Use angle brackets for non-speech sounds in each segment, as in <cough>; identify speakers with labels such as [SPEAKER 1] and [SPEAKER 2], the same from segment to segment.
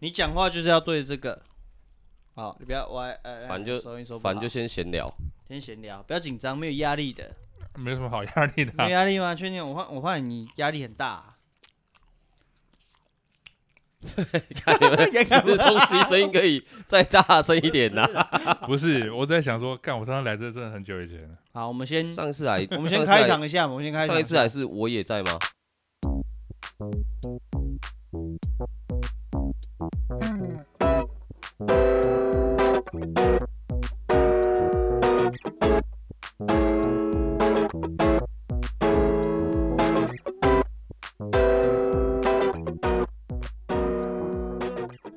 [SPEAKER 1] 你讲话就是要对这个。好，你不要歪，呃，
[SPEAKER 2] 反正就
[SPEAKER 1] 收音收不
[SPEAKER 2] 反正
[SPEAKER 1] 好
[SPEAKER 2] 就先
[SPEAKER 3] <laughs>
[SPEAKER 2] 闲聊。
[SPEAKER 1] 先闲聊，不要紧张，没有压力的。
[SPEAKER 3] 没什么好压力的
[SPEAKER 1] 没
[SPEAKER 3] 啊、
[SPEAKER 1] 有压力吗？确定？我怕我怕你压力很大、啊。
[SPEAKER 2] 你看你们 <laughs>
[SPEAKER 3] <laughs>
[SPEAKER 1] 也
[SPEAKER 2] 吃
[SPEAKER 1] 看不到
[SPEAKER 2] 东西声音可以再大声一点呐、啊
[SPEAKER 3] 不是，我在想说，干，我上次来这真的很久以前了。
[SPEAKER 1] 好，我们先
[SPEAKER 2] 上次来，
[SPEAKER 1] 我们先
[SPEAKER 2] 上次来
[SPEAKER 1] 开场一下，我们先开场
[SPEAKER 2] 上一
[SPEAKER 1] 下。
[SPEAKER 2] 次还是我也在吗？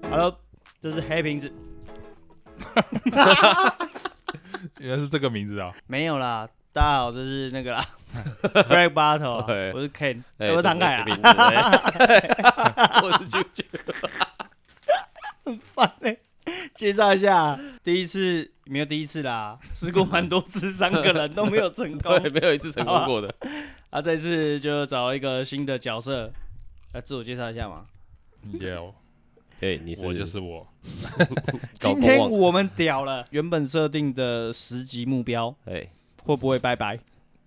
[SPEAKER 1] Hello，这是黑瓶子，
[SPEAKER 3] 原来是这个名字啊！
[SPEAKER 1] 没有啦。大家好，这是那
[SPEAKER 2] <laughs>
[SPEAKER 1] 个啦，Break Battle，啊
[SPEAKER 2] 对
[SPEAKER 1] 我是 Ken，
[SPEAKER 2] 哎
[SPEAKER 1] 哎我是唐凯
[SPEAKER 2] 这
[SPEAKER 1] <laughs> 啊，
[SPEAKER 2] 是我的名字哎我
[SPEAKER 3] <laughs>
[SPEAKER 2] 是啾啾。
[SPEAKER 1] 烦欸介绍一下，第一次没有第一次啦，试过蛮多次，三个人都没有成
[SPEAKER 2] 对，
[SPEAKER 1] 功。
[SPEAKER 2] 没有一次成功过
[SPEAKER 3] <laughs>
[SPEAKER 2] 的。
[SPEAKER 1] 啊，这次就找一个新的角色，来自我介绍一下嘛。
[SPEAKER 3] 耶、yeah,，
[SPEAKER 2] 对，哎你是
[SPEAKER 3] 我就是我，
[SPEAKER 2] 搞
[SPEAKER 1] 今
[SPEAKER 2] 过
[SPEAKER 1] 天
[SPEAKER 2] 忘
[SPEAKER 1] 我们屌了，原本设定的十级目标
[SPEAKER 2] 哎，
[SPEAKER 1] 会不会拜拜？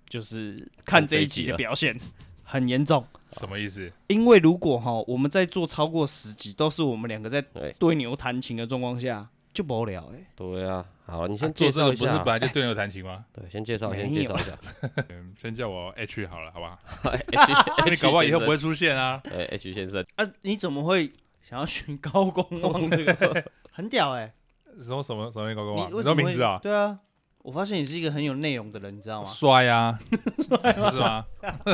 [SPEAKER 1] 就是看这一集的表现，很严重。
[SPEAKER 3] 什么意思？
[SPEAKER 1] 因为如果哈我们在做超过十集，都是我们两个在
[SPEAKER 2] 对
[SPEAKER 1] 对牛弹琴的状况下，就不无聊哎、
[SPEAKER 2] 哎对啊，好，你
[SPEAKER 3] 啊
[SPEAKER 2] 先
[SPEAKER 3] 做
[SPEAKER 2] 介
[SPEAKER 3] 这
[SPEAKER 2] 绍
[SPEAKER 3] 个
[SPEAKER 2] 一
[SPEAKER 3] 不是
[SPEAKER 2] 下
[SPEAKER 3] 本。来就对牛弹琴吗？
[SPEAKER 2] 对，先介绍，
[SPEAKER 1] 没有
[SPEAKER 2] 先介绍一
[SPEAKER 3] <laughs>
[SPEAKER 2] 下。哎
[SPEAKER 3] 嗯，先叫我 H 好了，好吧？
[SPEAKER 2] H
[SPEAKER 3] 那你搞不好以后不会
[SPEAKER 2] 会。
[SPEAKER 3] 出现啊。
[SPEAKER 2] 哎，H 先生，
[SPEAKER 1] 啊，你怎么会想要选高公望这
[SPEAKER 3] <laughs>
[SPEAKER 1] 个？ <laughs> 很屌哎、
[SPEAKER 3] 什么什么什么那个啊公啊？
[SPEAKER 1] 你
[SPEAKER 3] 你
[SPEAKER 1] 为
[SPEAKER 3] 知
[SPEAKER 1] 什么
[SPEAKER 3] 道名字
[SPEAKER 1] 会
[SPEAKER 3] 啊？
[SPEAKER 1] 对啊，我发现你是一个很有内容的人，你知道吗？
[SPEAKER 3] 帅啊，不是吗？ <laughs>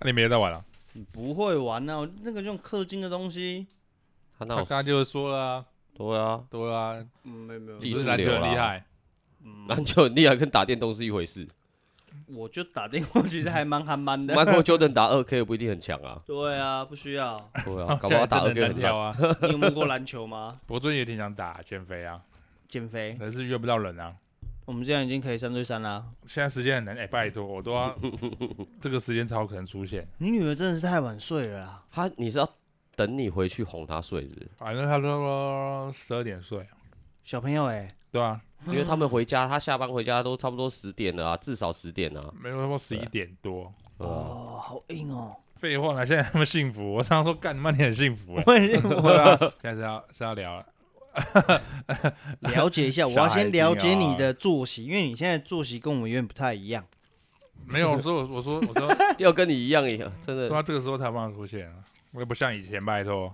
[SPEAKER 3] 那你没在玩啊？
[SPEAKER 1] 你不会玩啊，那个用氪金的东西，
[SPEAKER 2] 他
[SPEAKER 3] 他
[SPEAKER 2] 啊那
[SPEAKER 3] 刚刚就是说了啊，
[SPEAKER 2] 对啊，
[SPEAKER 3] 对啊，
[SPEAKER 1] 嗯，没有没有
[SPEAKER 2] 技
[SPEAKER 3] 你
[SPEAKER 2] 术
[SPEAKER 3] 不是篮球
[SPEAKER 2] 流
[SPEAKER 3] 很
[SPEAKER 2] 啦
[SPEAKER 3] 厉害？
[SPEAKER 2] 篮球很厉害，跟打电动是一回
[SPEAKER 3] <laughs>
[SPEAKER 2] 事。
[SPEAKER 1] 我就打电话，其实还蛮憨蛮的。
[SPEAKER 2] Michael Jordan 打二 K 也不一定很强啊。
[SPEAKER 1] 对啊，不需要。
[SPEAKER 2] 对啊，搞不好打
[SPEAKER 3] 这
[SPEAKER 2] 二
[SPEAKER 3] 样
[SPEAKER 2] K
[SPEAKER 3] 哦 <laughs> 真
[SPEAKER 1] 你
[SPEAKER 2] 很强
[SPEAKER 3] 的很难挑。啊。
[SPEAKER 1] 有摸过篮球吗？
[SPEAKER 3] 我最近也挺想打减肥啊，
[SPEAKER 1] 减肥，
[SPEAKER 3] 但是约不到人啊。
[SPEAKER 1] 我们这样已经可以三对三啦。
[SPEAKER 3] 现在时间很难，哎、拜 <laughs> 托，我都要这个时间才有可能出现。
[SPEAKER 1] 你女儿真的是太晚睡了啦。
[SPEAKER 2] 他你是要等你回去哄他睡，是不是？
[SPEAKER 3] 反正他说十二点睡，啊
[SPEAKER 1] 小朋友哎、
[SPEAKER 3] 对啊，
[SPEAKER 2] 因为他们回家，他下班回家都差不多十点了啊，至少十点啊。
[SPEAKER 3] 没有他说十一点多。
[SPEAKER 2] 对啊
[SPEAKER 1] 哦，好硬哦。。
[SPEAKER 3] 废话啦，现在那么幸福，我常常说干你妈你很幸福了
[SPEAKER 1] 我已经
[SPEAKER 3] 对啊， <laughs> 现在是要是要聊了，
[SPEAKER 1] 了解一下，我
[SPEAKER 3] 小
[SPEAKER 1] 要
[SPEAKER 3] 孩
[SPEAKER 1] 先
[SPEAKER 3] 子啊
[SPEAKER 1] 了解你的作息，因为你现在作息跟我们有点不太一样。
[SPEAKER 3] 没有，我说我我说我说， <laughs>
[SPEAKER 2] 嗯要跟你一样一样，真的
[SPEAKER 3] 对。啊，这个时候才帮我出现啊，我也不像以前，拜托。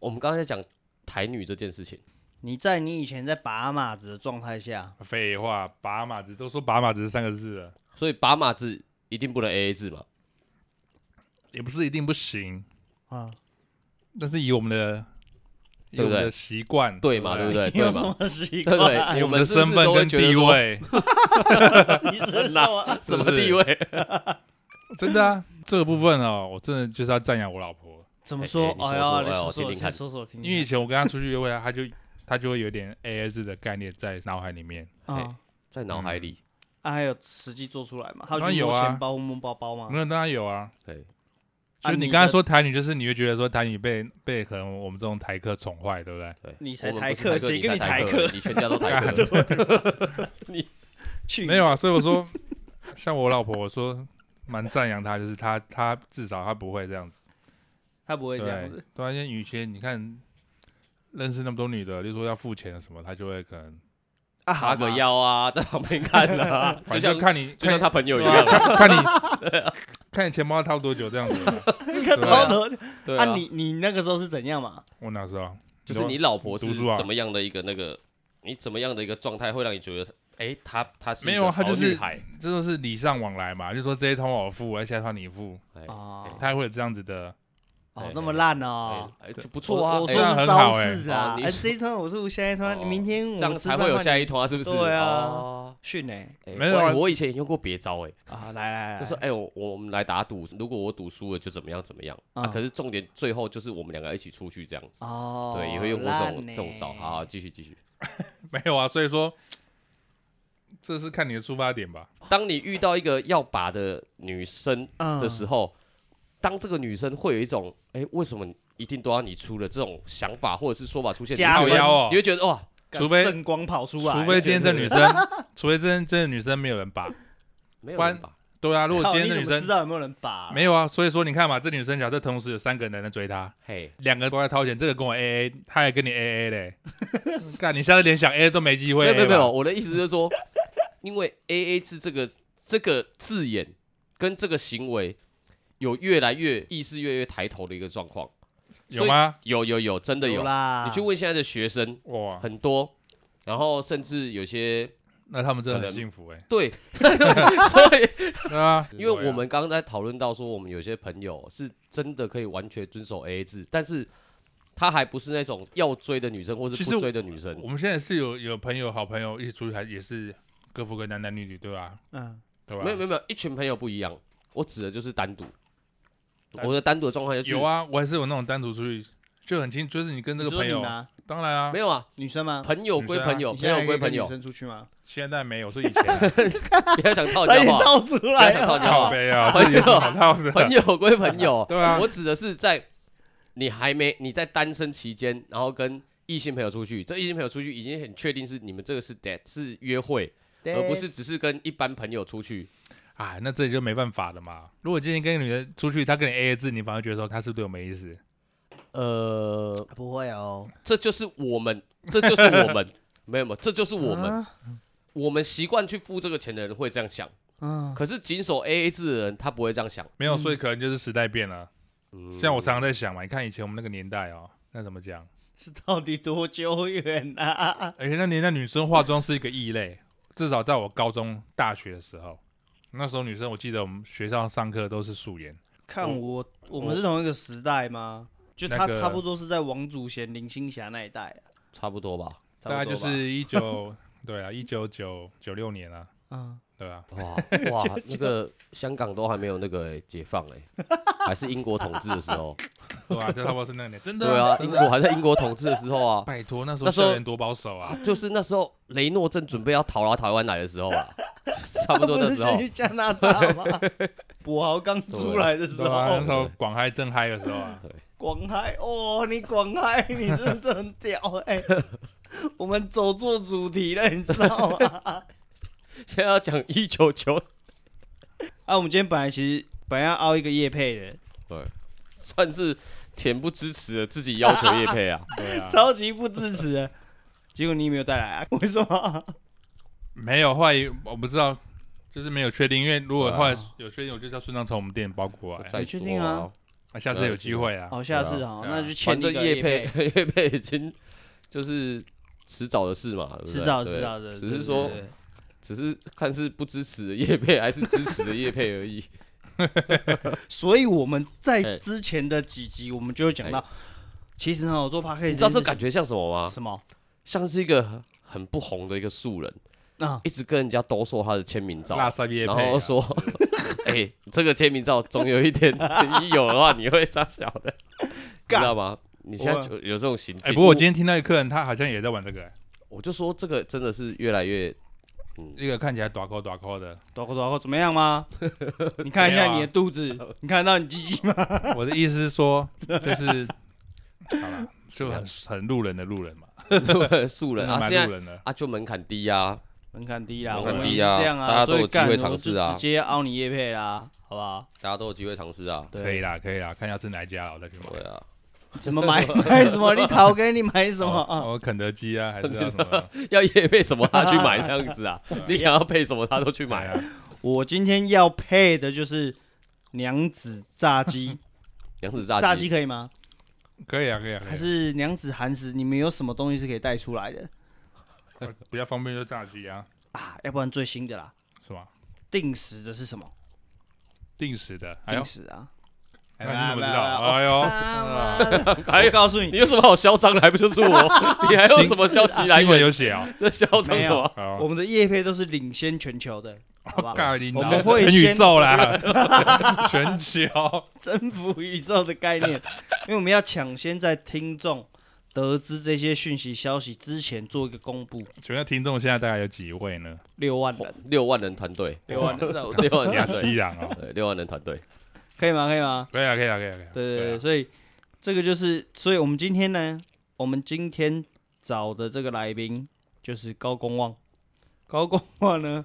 [SPEAKER 2] 我们刚才在讲台女这件事情，
[SPEAKER 1] 你在你以前在拔马子的状态下，
[SPEAKER 3] 废话，把马子都说把马子是三个字了，
[SPEAKER 2] 所以把码字一定不能 A A 制嘛。
[SPEAKER 3] 也不是一定不行，
[SPEAKER 1] 啊，
[SPEAKER 3] 但是以我们的以
[SPEAKER 2] 对
[SPEAKER 3] 我
[SPEAKER 2] 不对
[SPEAKER 3] 们的习惯，
[SPEAKER 2] 对嘛，对不
[SPEAKER 3] 对？
[SPEAKER 2] 对？
[SPEAKER 1] 你
[SPEAKER 2] 对
[SPEAKER 1] 有什
[SPEAKER 2] 嘛，
[SPEAKER 1] 么习
[SPEAKER 2] 对
[SPEAKER 1] <laughs>
[SPEAKER 2] 不
[SPEAKER 1] 惯？
[SPEAKER 2] 对？
[SPEAKER 3] 以我们的
[SPEAKER 2] 是不是
[SPEAKER 3] 身份
[SPEAKER 2] 都会
[SPEAKER 3] 跟
[SPEAKER 2] 觉得
[SPEAKER 3] 地
[SPEAKER 2] 说，
[SPEAKER 3] 位，
[SPEAKER 1] 你是什么？
[SPEAKER 2] 什么
[SPEAKER 3] 是不是
[SPEAKER 2] 地位？
[SPEAKER 3] 真的啊，这个部分哦，我真的就是要赞扬我老婆，
[SPEAKER 1] 怎么说？
[SPEAKER 2] 哎
[SPEAKER 1] 哎
[SPEAKER 2] 哎
[SPEAKER 1] 呀，
[SPEAKER 2] 你
[SPEAKER 1] 你说
[SPEAKER 2] 说说哎
[SPEAKER 1] 说，
[SPEAKER 2] 我听听看
[SPEAKER 1] 你说说，我听听
[SPEAKER 3] 因为以前我跟她出去约会啊，她就她就会有点 A A 制的概念在脑海里面。
[SPEAKER 1] 看啊，
[SPEAKER 2] 在脑海里，
[SPEAKER 1] 啊，还有实际做出来嘛？还有
[SPEAKER 3] 当然
[SPEAKER 1] 去
[SPEAKER 3] 有
[SPEAKER 1] 摸
[SPEAKER 3] 啊
[SPEAKER 1] 钱包、摸包包吗？
[SPEAKER 3] 没有，当然有啊。
[SPEAKER 2] 对，
[SPEAKER 3] 就
[SPEAKER 1] 哦啊
[SPEAKER 3] 是你
[SPEAKER 1] 你
[SPEAKER 3] 刚才
[SPEAKER 1] 的
[SPEAKER 3] 说台女，就是你会觉得说台女被被可能我们这种台客宠坏，对不对？
[SPEAKER 2] 对，
[SPEAKER 1] 你才
[SPEAKER 2] 我们不是
[SPEAKER 1] 台客谁跟
[SPEAKER 2] 你
[SPEAKER 1] 你
[SPEAKER 2] 才
[SPEAKER 1] 台
[SPEAKER 2] 客？
[SPEAKER 1] 客
[SPEAKER 2] 你全家都台客。
[SPEAKER 1] 去
[SPEAKER 3] 没有啊，所以我说，像我老婆，我说蛮赞扬她，就是她她至少她不会这样子，
[SPEAKER 1] 他不会
[SPEAKER 3] 对
[SPEAKER 1] 这样子。
[SPEAKER 3] 对啊，因为以前你看认识那么多女的，就说要付钱什么，她就会可能，
[SPEAKER 1] 啊，
[SPEAKER 2] 哈
[SPEAKER 1] 好
[SPEAKER 2] 个
[SPEAKER 1] 嘛，
[SPEAKER 2] 腰啊，在旁边看啊，就
[SPEAKER 3] 反正
[SPEAKER 2] 像
[SPEAKER 3] 就看你
[SPEAKER 2] 就像
[SPEAKER 3] 看
[SPEAKER 2] 他朋友一
[SPEAKER 1] 对啊
[SPEAKER 2] 样，
[SPEAKER 3] 看你看你钱包掏多久这样子啊。
[SPEAKER 1] 你看
[SPEAKER 3] 对
[SPEAKER 1] 到
[SPEAKER 3] 啊
[SPEAKER 1] 头
[SPEAKER 2] <laughs> 对
[SPEAKER 1] 啊，你你那个时候是怎样嘛？
[SPEAKER 3] 我哪知道？
[SPEAKER 2] 就是你老婆是
[SPEAKER 3] 读书啊
[SPEAKER 2] 怎么样的一个那个，你怎么样的一个状态会让你觉得，哎，她她是一个
[SPEAKER 3] 没有啊她就是
[SPEAKER 2] 好女孩，
[SPEAKER 3] 这都是礼尚往来嘛，就说这一通我付，而且换你付，
[SPEAKER 2] 哎
[SPEAKER 1] 啊，
[SPEAKER 3] 她会有这样子的。
[SPEAKER 1] 哦
[SPEAKER 2] 哎，
[SPEAKER 1] 那么烂
[SPEAKER 2] 哎
[SPEAKER 1] 哦。
[SPEAKER 2] 哎，就不错啊，
[SPEAKER 1] 我我
[SPEAKER 2] 哎
[SPEAKER 1] 说
[SPEAKER 3] 那
[SPEAKER 1] 是
[SPEAKER 3] 很
[SPEAKER 1] 招
[SPEAKER 3] 好哎
[SPEAKER 1] 式啊
[SPEAKER 2] 哦，你
[SPEAKER 1] 哎，这一餐我是下一餐，
[SPEAKER 2] 哦
[SPEAKER 1] 明天
[SPEAKER 2] 这
[SPEAKER 1] 我
[SPEAKER 2] 样
[SPEAKER 1] 吃
[SPEAKER 2] 才
[SPEAKER 1] 饭
[SPEAKER 2] 会有
[SPEAKER 1] 换
[SPEAKER 2] 下
[SPEAKER 1] 你
[SPEAKER 2] 一通啊，是不是？
[SPEAKER 1] 对啊
[SPEAKER 2] 哦
[SPEAKER 1] 训欸
[SPEAKER 2] 哎
[SPEAKER 3] 没有啊
[SPEAKER 2] 我我以前也用过别招，哎，
[SPEAKER 1] 啊，来来来，
[SPEAKER 2] 就是哎，我我们来打赌，如果我赌输了就怎么样怎么样啊，
[SPEAKER 1] 嗯
[SPEAKER 2] 可是重点最后就是我们两个一起出去这样子，
[SPEAKER 1] 哦，
[SPEAKER 2] 对，也会用过这种
[SPEAKER 1] 烂欸
[SPEAKER 2] 这种招，好，好，继续继续。
[SPEAKER 3] 没有啊，所以说这是看你的出发点吧。
[SPEAKER 2] 当你遇到一个要把的女生
[SPEAKER 1] 嗯
[SPEAKER 2] 的时候，当这个女生会有一种，哎、为什么一定都要你出的这种想法或者是说法出现，
[SPEAKER 1] 加
[SPEAKER 2] 你
[SPEAKER 3] 好
[SPEAKER 2] 会觉得
[SPEAKER 3] 妖哦
[SPEAKER 2] 你，会觉得哇，
[SPEAKER 1] 干
[SPEAKER 3] 除非
[SPEAKER 1] 圣光跑出来，
[SPEAKER 3] 除非今天这
[SPEAKER 2] 对啊
[SPEAKER 3] 女
[SPEAKER 2] 对
[SPEAKER 3] 生，除非这这女生没有人把，
[SPEAKER 2] 没有
[SPEAKER 3] 关
[SPEAKER 2] 人吧？
[SPEAKER 3] 对啊，如果
[SPEAKER 1] 靠
[SPEAKER 3] 今天
[SPEAKER 1] 你
[SPEAKER 3] 这
[SPEAKER 1] 怎
[SPEAKER 3] 女
[SPEAKER 1] 么知
[SPEAKER 3] 生
[SPEAKER 1] 道有没有人把？
[SPEAKER 3] 没有啊，所以说你看嘛，这女生假设同时有三个男的追她，
[SPEAKER 2] 嘿，
[SPEAKER 3] 两个都在掏钱，这个跟我 A A，他也跟你 A
[SPEAKER 2] <laughs>
[SPEAKER 3] A 嘞，干你下次连想 A 都没机会
[SPEAKER 2] 没有
[SPEAKER 3] AA 吧，
[SPEAKER 2] 没有没有，我的意思是说，因为 A A 字这个这个字眼跟这个行为有越来越意识越来越抬头的一个状况，
[SPEAKER 3] 有吗？
[SPEAKER 2] 有有有，真的有。
[SPEAKER 1] 啦，
[SPEAKER 2] 你去问现在的学生
[SPEAKER 3] 哇，
[SPEAKER 2] 很多，然后甚至有些
[SPEAKER 3] 那他们真的
[SPEAKER 2] 可
[SPEAKER 3] 很
[SPEAKER 2] 能
[SPEAKER 3] 幸
[SPEAKER 2] <laughs>
[SPEAKER 3] 福哎、
[SPEAKER 2] 对，所以
[SPEAKER 3] 对啊，
[SPEAKER 2] 因为我们刚刚在讨论到说，我们有些朋友是真的可以完全遵守 AA 制，但是他还不是那种要追的女生或
[SPEAKER 3] 其
[SPEAKER 2] 是
[SPEAKER 3] 实
[SPEAKER 2] 不
[SPEAKER 3] 我
[SPEAKER 2] 追的女生
[SPEAKER 3] 我。们现在是有有朋友好朋友一起出去，还也是各付各男男女女，对吧？
[SPEAKER 1] 嗯，
[SPEAKER 3] 对啊吧？
[SPEAKER 2] 没有没有没有，一群朋友不一样。我指的就是单独，
[SPEAKER 3] 单
[SPEAKER 2] 我的单独的状况就是
[SPEAKER 3] 有，啊，我还是有那种单独出去就很清，就是你跟这
[SPEAKER 1] 你
[SPEAKER 3] 个
[SPEAKER 1] 说
[SPEAKER 3] 朋
[SPEAKER 1] 你
[SPEAKER 3] 友，
[SPEAKER 1] 呢？
[SPEAKER 3] 当然啊
[SPEAKER 2] 没，有啊，
[SPEAKER 1] 女生吗？
[SPEAKER 2] 朋友归朋友，
[SPEAKER 1] 你
[SPEAKER 2] 朋
[SPEAKER 1] 现在
[SPEAKER 2] 友归
[SPEAKER 1] 还可以跟
[SPEAKER 2] 朋友
[SPEAKER 1] 女，生出去吗？
[SPEAKER 3] 现在没有，是以前
[SPEAKER 2] <laughs>
[SPEAKER 3] 啊
[SPEAKER 2] 不哦要想
[SPEAKER 1] <laughs>
[SPEAKER 2] 套
[SPEAKER 1] 差
[SPEAKER 2] 人
[SPEAKER 1] 点
[SPEAKER 2] 家话，
[SPEAKER 1] 倒出来
[SPEAKER 2] 想
[SPEAKER 1] 啊，
[SPEAKER 2] 套人家
[SPEAKER 3] 靠
[SPEAKER 2] 话。
[SPEAKER 3] 背啊，
[SPEAKER 2] 朋
[SPEAKER 3] 这
[SPEAKER 2] 友
[SPEAKER 3] 也是好套的， <laughs>
[SPEAKER 2] 朋友归朋友，
[SPEAKER 3] 对啊
[SPEAKER 2] 我指的是在你还没你在单身期间，然后跟异性朋友出去，这异性朋友出去已经很确定是你们这个是 date 是约会，而不是只是跟一般朋友出去。
[SPEAKER 3] 哎，那这里就没办法了嘛。如果今天跟一个女人出去，她跟你 A A 制，你反而觉得说她是不是对我没意思？
[SPEAKER 2] 呃，
[SPEAKER 1] 不会哦，
[SPEAKER 2] 这就是我们，这就是我们，没有没有，这就是我们，
[SPEAKER 1] 啊
[SPEAKER 2] 我们习惯去付这个钱的人会这样想，
[SPEAKER 1] 嗯，
[SPEAKER 2] 可是谨守 A A 制的人他不会这样想。
[SPEAKER 3] 没有，所以可能就是时代变了。
[SPEAKER 2] 嗯
[SPEAKER 3] 像我常常在想嘛，你看以前我们那个年代哦，那怎么讲？
[SPEAKER 1] 是到底多久远啊？
[SPEAKER 3] 而且哎那年代女生化妆是一个异类，至少在我高中、大学的时候，那时候女生我记得我们学校上课都是素颜，
[SPEAKER 1] <laughs> 看我，我们是同一个时代吗？就
[SPEAKER 3] 那
[SPEAKER 1] 他
[SPEAKER 3] 个
[SPEAKER 1] 差不多是在王祖贤、林青霞那一代啊，
[SPEAKER 2] 差不多吧，
[SPEAKER 3] 大概就
[SPEAKER 1] 差不多吧
[SPEAKER 3] 是一九对啊，一九九九六年啊，
[SPEAKER 1] 嗯。
[SPEAKER 3] 对吧、
[SPEAKER 2] 哇哇，那个香港都还没有那个、欸、解放哎、还是英国统治的时候，
[SPEAKER 3] 对啊，就差不多是那个年，真
[SPEAKER 2] <laughs>
[SPEAKER 3] 的
[SPEAKER 2] 对啊，
[SPEAKER 3] 真
[SPEAKER 2] 英
[SPEAKER 3] 的
[SPEAKER 2] 国还在英国统治的时候啊，
[SPEAKER 3] 拜托那时候
[SPEAKER 2] 那时候
[SPEAKER 3] 校园多保守啊，
[SPEAKER 2] 就是那时候雷诺正准备要逃到台湾来的时候啊， <laughs> 差不多那时
[SPEAKER 1] 他
[SPEAKER 2] 候
[SPEAKER 1] 不是先去加拿大
[SPEAKER 2] <laughs>
[SPEAKER 1] 吗？跛豪刚出来的时
[SPEAKER 3] 对啊，那时
[SPEAKER 1] 候，
[SPEAKER 3] 候广嗨正嗨的时候啊，
[SPEAKER 1] 广嗨哦，你广
[SPEAKER 2] <laughs>
[SPEAKER 1] 嗨，你真的很屌哎、我们走错主题了，你知道
[SPEAKER 2] <laughs>
[SPEAKER 1] 吗？
[SPEAKER 2] 现在要讲一九九，
[SPEAKER 1] 啊，我们今天本来其实本来要凹一个叶配的，
[SPEAKER 2] <laughs> 算是恬不知耻的自己要求叶配
[SPEAKER 1] <laughs>
[SPEAKER 2] 啊。
[SPEAKER 3] 对啊，
[SPEAKER 1] 超级不支持 <laughs> 的，结果你没有带来啊？ <laughs> 为什么？
[SPEAKER 3] 没有，后来我不知道，就是没有确定，因为如果
[SPEAKER 2] 对啊
[SPEAKER 3] 后来有确定，我就叫顺畅从我们店包过来，
[SPEAKER 2] 再
[SPEAKER 1] 你确
[SPEAKER 2] 说
[SPEAKER 1] 定啊
[SPEAKER 3] 啊，下次有机会啊，
[SPEAKER 1] 好，下次好，
[SPEAKER 3] 对啊
[SPEAKER 1] 那就签
[SPEAKER 2] 反
[SPEAKER 1] 一
[SPEAKER 2] 正
[SPEAKER 1] 个
[SPEAKER 2] 叶
[SPEAKER 1] 叶
[SPEAKER 2] 配 <laughs> 叶配已经就是迟早的事嘛，对不对
[SPEAKER 1] 迟早
[SPEAKER 2] 对啊
[SPEAKER 1] 迟早的，
[SPEAKER 2] 只是说
[SPEAKER 1] 对对对
[SPEAKER 2] 只是看是不支持的叶配还是支持的叶配
[SPEAKER 1] <laughs>
[SPEAKER 2] 而已。
[SPEAKER 1] 所以我们在
[SPEAKER 2] 哎
[SPEAKER 1] 之前的几集我们就有讲到，其实呢，我做 p a c
[SPEAKER 2] 你
[SPEAKER 1] a
[SPEAKER 2] 知道这感觉像什么吗？
[SPEAKER 1] 什么？
[SPEAKER 2] 像是一个很不红的一个素人，
[SPEAKER 1] 啊，
[SPEAKER 2] 一直跟人家兜售他的签名照，
[SPEAKER 3] 拉萨毕
[SPEAKER 2] 哦
[SPEAKER 3] 业
[SPEAKER 2] 然
[SPEAKER 3] 配啊
[SPEAKER 2] 后说：“ <laughs> 哎、这个签名照总有一天 <laughs> 你有的话，你会杀小的，你
[SPEAKER 1] 干
[SPEAKER 2] 知道吗？”你现在就有这种行
[SPEAKER 3] 哎、
[SPEAKER 2] 径。
[SPEAKER 3] 不过我今天听到一个客人，他好像也在玩这个、哎
[SPEAKER 2] 我我就说这个真的是越来越 <laughs>
[SPEAKER 3] 一个看起来短扣短扣的。
[SPEAKER 1] 多扣多扣怎么样
[SPEAKER 2] <laughs>
[SPEAKER 1] 吗？你看一
[SPEAKER 3] 没有
[SPEAKER 1] 下
[SPEAKER 3] 啊
[SPEAKER 1] 你的肚子，你看得到你鸡鸡吗？
[SPEAKER 3] 我的意思是说，
[SPEAKER 1] <laughs>
[SPEAKER 3] 就是好了，就很很路人的路人嘛，
[SPEAKER 2] 素
[SPEAKER 3] 真
[SPEAKER 2] 人
[SPEAKER 3] 的
[SPEAKER 2] 啊，
[SPEAKER 3] 蛮
[SPEAKER 2] 现在
[SPEAKER 3] 路人的。
[SPEAKER 2] 啊就门槛低啊，
[SPEAKER 1] 门槛低啦，
[SPEAKER 2] 门
[SPEAKER 1] 我
[SPEAKER 2] 槛
[SPEAKER 1] 们也
[SPEAKER 2] 低
[SPEAKER 1] 是
[SPEAKER 2] 啊
[SPEAKER 1] 这样
[SPEAKER 2] 大家都
[SPEAKER 1] 所以
[SPEAKER 2] 有机
[SPEAKER 1] 干
[SPEAKER 2] 会
[SPEAKER 1] 我
[SPEAKER 2] 尝试啊
[SPEAKER 1] 就直接凹你叶配啦，好不好？
[SPEAKER 2] 大家都有机会尝试啊。
[SPEAKER 3] 可以
[SPEAKER 1] 啦，
[SPEAKER 3] 啦，可以啦，看一下是哪一家，我再去买。
[SPEAKER 2] 对啊， <laughs>
[SPEAKER 1] 怎么买 <laughs> 买什么？你讨给你买什么
[SPEAKER 3] 哦
[SPEAKER 1] 啊？
[SPEAKER 3] 我肯德基啊，还是要什么？
[SPEAKER 1] <laughs>
[SPEAKER 2] 要叶配什么他去买这样子
[SPEAKER 3] <laughs>
[SPEAKER 2] 啊，你想要配什么他都去买啊。
[SPEAKER 3] 对啊，
[SPEAKER 1] 我今天要配的就是娘子炸
[SPEAKER 3] <laughs>
[SPEAKER 1] 鸡，
[SPEAKER 2] 杨子炸
[SPEAKER 1] 炸鸡可以吗？
[SPEAKER 3] 可以啊，可以啊，可
[SPEAKER 1] 还
[SPEAKER 3] 以啊。
[SPEAKER 1] 是娘子韩食？你们有什么东西是可以带出来的
[SPEAKER 3] 呃比较方便就炸鸡啊，
[SPEAKER 1] 啊？要不然最新的啦，
[SPEAKER 3] 是吧？
[SPEAKER 1] 定时的是什么？
[SPEAKER 3] 定时的，哎呦
[SPEAKER 1] 定，时啊。
[SPEAKER 3] 哎那你怎么知
[SPEAKER 1] 来来
[SPEAKER 3] 道？
[SPEAKER 1] 来
[SPEAKER 3] 哎呦，
[SPEAKER 1] 啊妈
[SPEAKER 3] <laughs>
[SPEAKER 1] 的
[SPEAKER 2] 还
[SPEAKER 1] 我
[SPEAKER 2] 有
[SPEAKER 1] 告诉
[SPEAKER 2] 哎你
[SPEAKER 1] 你，
[SPEAKER 2] 有什么好嚣张的？还不就是我？ <laughs> 你还有什么消息来
[SPEAKER 3] 新闻
[SPEAKER 2] <laughs> 源？
[SPEAKER 3] 有写哦。
[SPEAKER 2] 这嚣张什么？
[SPEAKER 3] 好
[SPEAKER 1] 我们的叶配都是领先全球的，好
[SPEAKER 3] <laughs>
[SPEAKER 1] 吧？
[SPEAKER 3] 尬你
[SPEAKER 1] 我
[SPEAKER 3] 拿
[SPEAKER 1] 们会
[SPEAKER 3] 全宇
[SPEAKER 1] 先
[SPEAKER 3] 宙啦，全球。 <laughs>
[SPEAKER 1] 征服宇宙的概念， <laughs> 因为我们要抢先在听众得知这些讯息消息之前做一个公布。
[SPEAKER 3] 请问听众现在大概有几位
[SPEAKER 1] <laughs>
[SPEAKER 3] 呢？
[SPEAKER 1] 六万人，
[SPEAKER 2] 六万人团队，
[SPEAKER 1] 六万人，
[SPEAKER 2] <laughs> 六万人团
[SPEAKER 3] 亚
[SPEAKER 2] 队
[SPEAKER 3] 西，朗哦，
[SPEAKER 2] 对，六万人团队，
[SPEAKER 1] 可以吗？可以吗？
[SPEAKER 3] 可以啊，可以啊，可以啊，可以啊。
[SPEAKER 1] 对对
[SPEAKER 3] 对
[SPEAKER 1] 对，
[SPEAKER 3] 啊，
[SPEAKER 1] 所以这个就是，所以我们今天呢，我们今天找的这个来宾就是高公望。高公望呢，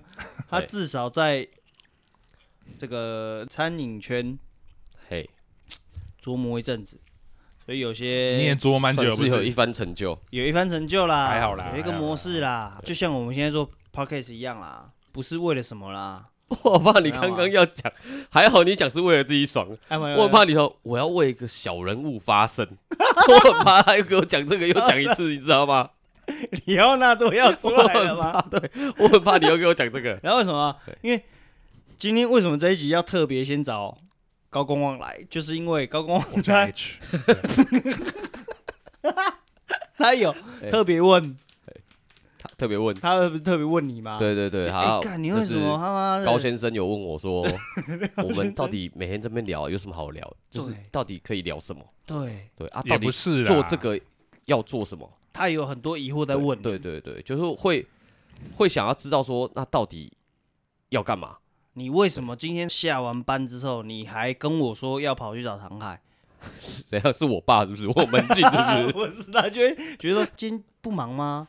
[SPEAKER 1] 他
[SPEAKER 2] 对
[SPEAKER 1] 至少在这个餐饮圈
[SPEAKER 2] 嘿，
[SPEAKER 1] 琢磨一阵子，所以有些
[SPEAKER 3] 你也琢磨蛮久了，
[SPEAKER 2] 算
[SPEAKER 3] 不
[SPEAKER 2] 是有一
[SPEAKER 3] 是？
[SPEAKER 2] 番成就。 <laughs>
[SPEAKER 1] 有一番成就啦，
[SPEAKER 3] 还好啦
[SPEAKER 1] 有一个
[SPEAKER 3] 还好啦
[SPEAKER 1] 模式啦，就像我们现在做 podcast 一样啦，不是为了什么啦，
[SPEAKER 2] 我怕你刚刚要讲，还好你讲是为了自己爽，
[SPEAKER 1] 哎 <laughs> 没有没有
[SPEAKER 2] 我很怕你说我要为一个小人物发声， <laughs> 我很怕他又给我讲这个又讲一次，你知道吗？
[SPEAKER 1] 里奥纳多要 <laughs> 出
[SPEAKER 2] 我
[SPEAKER 1] 来了
[SPEAKER 2] 很
[SPEAKER 1] 吗
[SPEAKER 2] 怕？，对，我很怕你又给我讲
[SPEAKER 1] <laughs>。
[SPEAKER 2] 这个
[SPEAKER 1] 然后为什么啊
[SPEAKER 2] 对？
[SPEAKER 1] 因为今天为什么这一集要特别先找高公望来，就是因为高公望
[SPEAKER 3] 我叫
[SPEAKER 1] <laughs> 他
[SPEAKER 3] H，
[SPEAKER 1] 他有
[SPEAKER 2] 哎
[SPEAKER 1] 特别问，
[SPEAKER 2] 他特别问，
[SPEAKER 1] 他特别问你吗？，
[SPEAKER 2] 对对对，
[SPEAKER 1] 哎
[SPEAKER 2] 他，
[SPEAKER 1] 干你为什么他妈的
[SPEAKER 2] 高先生有问我说，
[SPEAKER 1] <laughs>
[SPEAKER 2] 我们到底每天这边聊有什么好聊？就是
[SPEAKER 1] 对
[SPEAKER 2] 到底可以聊什么？
[SPEAKER 1] 对
[SPEAKER 2] 对啊，
[SPEAKER 3] 也
[SPEAKER 2] 到底
[SPEAKER 3] 不是啦
[SPEAKER 2] 做这个要做什么？
[SPEAKER 1] 他有很多疑惑在问，
[SPEAKER 2] 对，对对，就是会会想要知道说，那到底要干嘛？ <laughs>
[SPEAKER 1] 你为什么今天下完班之后，你还跟我说要跑去找唐海？ <laughs>
[SPEAKER 2] 怎样？是我爸是不是？我门禁是不是？
[SPEAKER 1] 我是他就会觉得说今天不忙吗？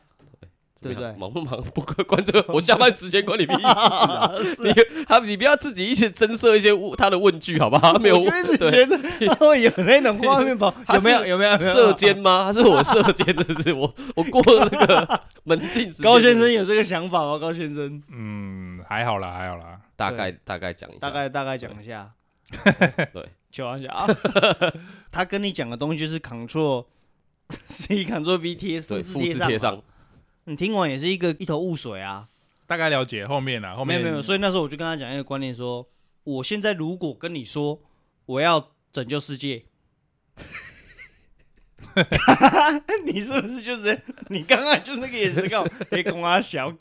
[SPEAKER 2] 怎么样
[SPEAKER 1] 对对
[SPEAKER 2] 忙不忙 <laughs> 不关关这个，我下班时间关你
[SPEAKER 1] <laughs>
[SPEAKER 2] 屁事啊！你他你不要自己一直增设一些问他的问句好不 <laughs> 好？他没有
[SPEAKER 1] 我就一直
[SPEAKER 2] 对
[SPEAKER 1] 觉得
[SPEAKER 2] <laughs>
[SPEAKER 1] 他会有那种画面跑，
[SPEAKER 2] 他
[SPEAKER 1] 有没有？
[SPEAKER 2] 是
[SPEAKER 1] 有没有？有没有
[SPEAKER 2] 射箭吗？他是我射箭，是不
[SPEAKER 1] <laughs>
[SPEAKER 2] 是？我我过那个门禁时间
[SPEAKER 1] 高先
[SPEAKER 2] 就是
[SPEAKER 1] 生有这个想法吗？高先生，
[SPEAKER 3] 嗯，还好啦，还好啦。
[SPEAKER 2] 大概大概讲一下，
[SPEAKER 1] 大概大概讲一下。
[SPEAKER 2] <laughs> 对，
[SPEAKER 1] 求一下
[SPEAKER 2] <laughs>
[SPEAKER 1] 啊。他跟你讲的东西就是 Ctrl <laughs> C Ctrl V 贴复
[SPEAKER 2] 对
[SPEAKER 1] 制
[SPEAKER 2] 复
[SPEAKER 1] 贴
[SPEAKER 2] 制
[SPEAKER 1] 上
[SPEAKER 2] 贴
[SPEAKER 1] 嘛，
[SPEAKER 2] 上，
[SPEAKER 1] 你听完也是一个一头雾水啊。
[SPEAKER 3] 大概了解后面啦，后
[SPEAKER 1] 没
[SPEAKER 3] 面
[SPEAKER 1] 有没有，所以那时候我就跟他讲一个观念说，我现在如果跟你说我要拯救世界。 <laughs> 你是不是就是你刚刚就是那个眼神，看我别跟我小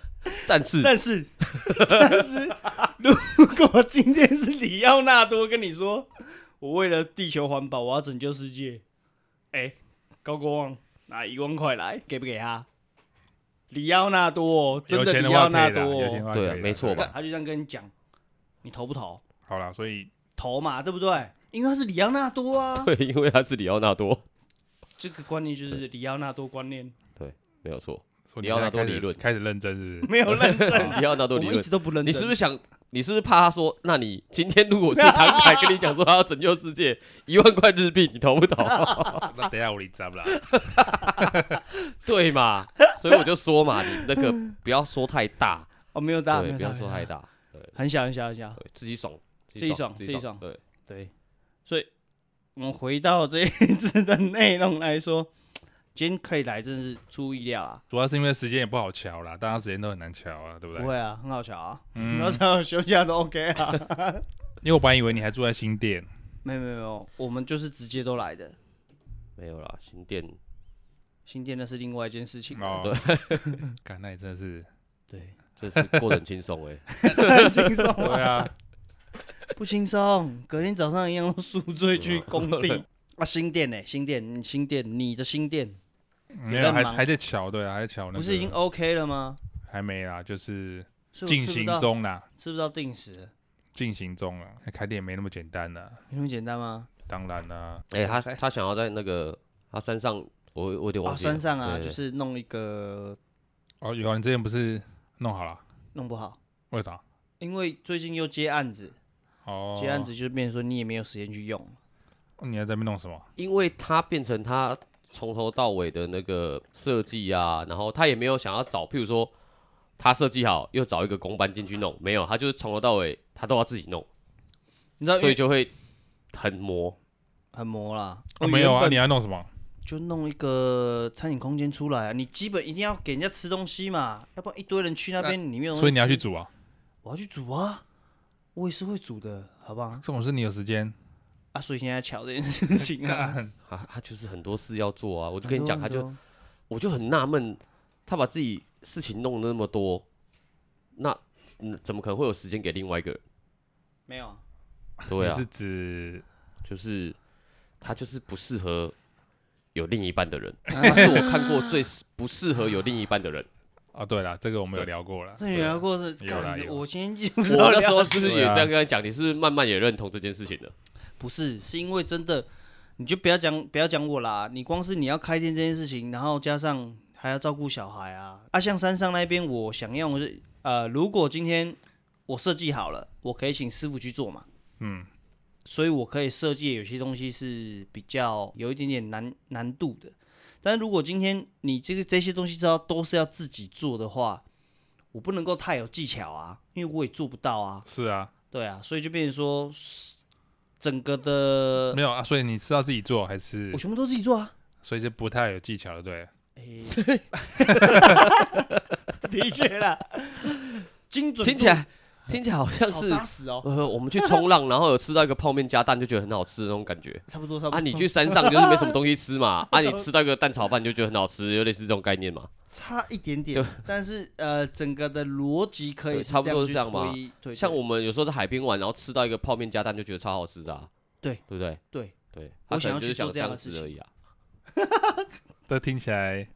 [SPEAKER 2] 但是
[SPEAKER 1] 但是，但是，如果今天是里奥纳多跟你说，我为了地球环保，我要拯救世界，哎、高国旺拿一万块来，给不给他？里奥纳多哦，真
[SPEAKER 3] 有
[SPEAKER 1] 的
[SPEAKER 3] 钱
[SPEAKER 1] 里奥
[SPEAKER 3] 话可以
[SPEAKER 1] 纳
[SPEAKER 3] 啦，
[SPEAKER 1] 多
[SPEAKER 3] 有钱
[SPEAKER 1] 哦，
[SPEAKER 3] 的话
[SPEAKER 2] 对啊
[SPEAKER 3] 可以啦
[SPEAKER 2] 没错
[SPEAKER 1] 他
[SPEAKER 2] 吧
[SPEAKER 1] 他就这样跟你讲，你投不投？
[SPEAKER 3] 好啦，所以
[SPEAKER 1] 投嘛，对不对？因为他是里奥纳多啊，
[SPEAKER 2] 对，因为他是里奥纳多，
[SPEAKER 1] 这个观念就是里奥纳多观念，
[SPEAKER 2] 没有错，
[SPEAKER 3] 所以
[SPEAKER 2] 你要拿多
[SPEAKER 3] 现在开始
[SPEAKER 2] 理论
[SPEAKER 3] 开始认真
[SPEAKER 1] <laughs>
[SPEAKER 3] 是不是？
[SPEAKER 1] 没有认
[SPEAKER 2] <laughs>
[SPEAKER 1] 真啊，
[SPEAKER 2] 里奥纳多
[SPEAKER 1] 我
[SPEAKER 2] 理
[SPEAKER 1] 们一
[SPEAKER 2] 论
[SPEAKER 1] 直。都不认真。
[SPEAKER 2] 你是不是想？你是不是怕他说？那你今天如果是唐凯跟你讲说他要拯救
[SPEAKER 1] <laughs>
[SPEAKER 2] 世界，一万块日币，你投不投？
[SPEAKER 3] 那等一下我理咱啦。
[SPEAKER 2] 对嘛？所以我就说嘛，你那个不要说太大，
[SPEAKER 1] 哦，没有大，没
[SPEAKER 2] 对，
[SPEAKER 1] 有
[SPEAKER 2] 不
[SPEAKER 1] 大，
[SPEAKER 2] 要
[SPEAKER 1] 没有
[SPEAKER 2] 说
[SPEAKER 1] 大
[SPEAKER 2] 太大，
[SPEAKER 1] 很小很小很小。
[SPEAKER 2] 对，自己爽，
[SPEAKER 1] 自己爽自己爽
[SPEAKER 2] 对，
[SPEAKER 1] 对，所以我们回到这一次的内容来说，今天可以来真的是出意料啊，
[SPEAKER 3] 主要是因为时间也不好瞧啦，大家时间都很难瞧啊，对不
[SPEAKER 1] 不
[SPEAKER 3] 对？
[SPEAKER 1] 会啊，很好巧啊，
[SPEAKER 3] 嗯
[SPEAKER 1] 然后只要休假都 OK 啊， <laughs>
[SPEAKER 3] 因为我本来以为你还住在新店，
[SPEAKER 1] 没有没有没有，我们就是直接都来的。
[SPEAKER 2] 没有啦，新店
[SPEAKER 1] 新店那是另外一件事情，啊
[SPEAKER 3] 哦， <laughs> 干，那你真的是，
[SPEAKER 1] <laughs> 对，
[SPEAKER 2] 就是过得很轻
[SPEAKER 1] <laughs>
[SPEAKER 2] 松哎，
[SPEAKER 1] 很轻松啊，
[SPEAKER 3] 对啊，
[SPEAKER 1] 不轻松。隔天早上一样都宿醉去工
[SPEAKER 3] <laughs>
[SPEAKER 1] 地啊，新店呢、新店，新店，你的新店
[SPEAKER 3] 没有还还在瞧，对啊，还在瞧那个，
[SPEAKER 1] 不是已经 OK 了吗？
[SPEAKER 3] 还没啦，就是
[SPEAKER 1] 所以
[SPEAKER 3] 进
[SPEAKER 1] 我吃
[SPEAKER 3] 行
[SPEAKER 1] 不到，
[SPEAKER 3] 中啦，
[SPEAKER 1] 吃不到定时了，
[SPEAKER 3] 进行中啦，开店没那么简单啦，
[SPEAKER 1] 有那么简单吗？
[SPEAKER 3] 当然啦，
[SPEAKER 2] 哎，他他想要在那个他山上，我我有点忘
[SPEAKER 1] 哦，
[SPEAKER 2] 记了
[SPEAKER 1] 山上啊，
[SPEAKER 2] 对对
[SPEAKER 1] 就是弄一个
[SPEAKER 3] 哦，有啊，你之前不是弄好了？
[SPEAKER 1] 弄不好，
[SPEAKER 3] 为啥？
[SPEAKER 1] 因为最近又接案子，
[SPEAKER 3] 哦，
[SPEAKER 1] 接案子就变成说你也没有时间去用。
[SPEAKER 3] 你还在那边弄什么？
[SPEAKER 2] 因为他变成他从头到尾的那个设计啊，然后他也没有想要找，譬如说他设计好又找一个工班进去弄，没有，他就是从头到尾他都要自己弄，
[SPEAKER 1] 你知道，
[SPEAKER 2] 所以就会很磨。
[SPEAKER 1] 很磨啦。
[SPEAKER 3] 啊没有
[SPEAKER 1] 我
[SPEAKER 3] 啊，
[SPEAKER 1] 哦原
[SPEAKER 3] 你
[SPEAKER 1] 本
[SPEAKER 3] 还弄什么？
[SPEAKER 1] 就弄一个餐饮空间出来啊，你基本一定要给人家吃东西嘛，要不然一堆人去那边，你没有。
[SPEAKER 3] 所以你要去，煮啊？
[SPEAKER 1] 我要去煮啊，我也是会煮的，好不好？
[SPEAKER 3] 这种事你有时间？
[SPEAKER 1] 啊，所以现在巧这件事情
[SPEAKER 2] <laughs>
[SPEAKER 1] 啊，
[SPEAKER 2] 他他就是很多事要做啊，我就跟你讲，他
[SPEAKER 1] 很多
[SPEAKER 2] 就我就很纳闷，他把自己事情弄得那么多，那、嗯、怎么可能会有时间给另外一个人？
[SPEAKER 1] 没有啊，
[SPEAKER 2] 对
[SPEAKER 3] 你
[SPEAKER 2] 啊
[SPEAKER 3] 是，指
[SPEAKER 2] 就是他就是不适合有另一半的人，他是我看过最适不适合有另一半的 <laughs> 人。
[SPEAKER 3] 啊？对了，这个我们有聊过了。
[SPEAKER 1] 这女聊过是，
[SPEAKER 3] 有啦
[SPEAKER 1] 干
[SPEAKER 3] 有
[SPEAKER 1] 我今天
[SPEAKER 2] 我
[SPEAKER 1] 不知道
[SPEAKER 2] 那时
[SPEAKER 1] 聊
[SPEAKER 2] 候是不是也这样跟他讲？你是不是慢慢也认同这件事情的？
[SPEAKER 1] 不是，是因为真的你就不要讲不要讲我啦，你光是你要开店这件事情，然后加上还要照顾小孩啊，啊，像山上那边，我想要的是呃，如果今天我设计好了，我可以请师傅去做嘛，
[SPEAKER 3] 嗯，
[SPEAKER 1] 所以我可以设计有些东西是比较有一点点难难度的。但如果今天你这个这些东西都要都是要自己做的话，我不能够太有技巧啊，因为我也做不到啊。
[SPEAKER 3] 是啊，
[SPEAKER 1] 对啊，所以就变成说，整个的
[SPEAKER 3] 没有啊，所以你是要自己做还是
[SPEAKER 1] 我？全部都自己做啊。
[SPEAKER 2] <laughs>
[SPEAKER 3] 所以就不太有技巧了，对。
[SPEAKER 1] 的确啦，精准
[SPEAKER 2] <laughs> 听起来听起来好像
[SPEAKER 1] 好
[SPEAKER 2] 是
[SPEAKER 1] 扎实哦，
[SPEAKER 2] 呃，我们去冲浪，然后有吃到一个泡面加蛋，就觉得很好吃的那种感 <laughs> 觉。
[SPEAKER 1] 差不多差不多。
[SPEAKER 2] 啊，你去山上就是没什么东西吃嘛，啊，你吃到一个蛋炒饭就觉得很好吃，有类似这种概念嘛。
[SPEAKER 1] 差一点点，但是呃，整个的逻辑可以
[SPEAKER 2] 对差不多
[SPEAKER 1] 是
[SPEAKER 2] 是
[SPEAKER 1] 这
[SPEAKER 2] 这
[SPEAKER 1] 样
[SPEAKER 2] 样
[SPEAKER 1] 嘛
[SPEAKER 2] 嘛。
[SPEAKER 1] 对，
[SPEAKER 2] 像我们有时候在海边玩，然后吃到一个泡面加蛋就觉得超好吃的、啊，
[SPEAKER 1] 对
[SPEAKER 2] 对不对？
[SPEAKER 1] 对
[SPEAKER 2] 对，
[SPEAKER 1] 我
[SPEAKER 2] 他
[SPEAKER 1] 想
[SPEAKER 2] 可
[SPEAKER 1] 要
[SPEAKER 2] 能就是
[SPEAKER 1] 去做
[SPEAKER 2] 想
[SPEAKER 1] 这
[SPEAKER 2] 这
[SPEAKER 1] 样
[SPEAKER 2] 样
[SPEAKER 1] 的事
[SPEAKER 2] 子
[SPEAKER 1] 情
[SPEAKER 2] 而已啊。
[SPEAKER 3] 这听起来，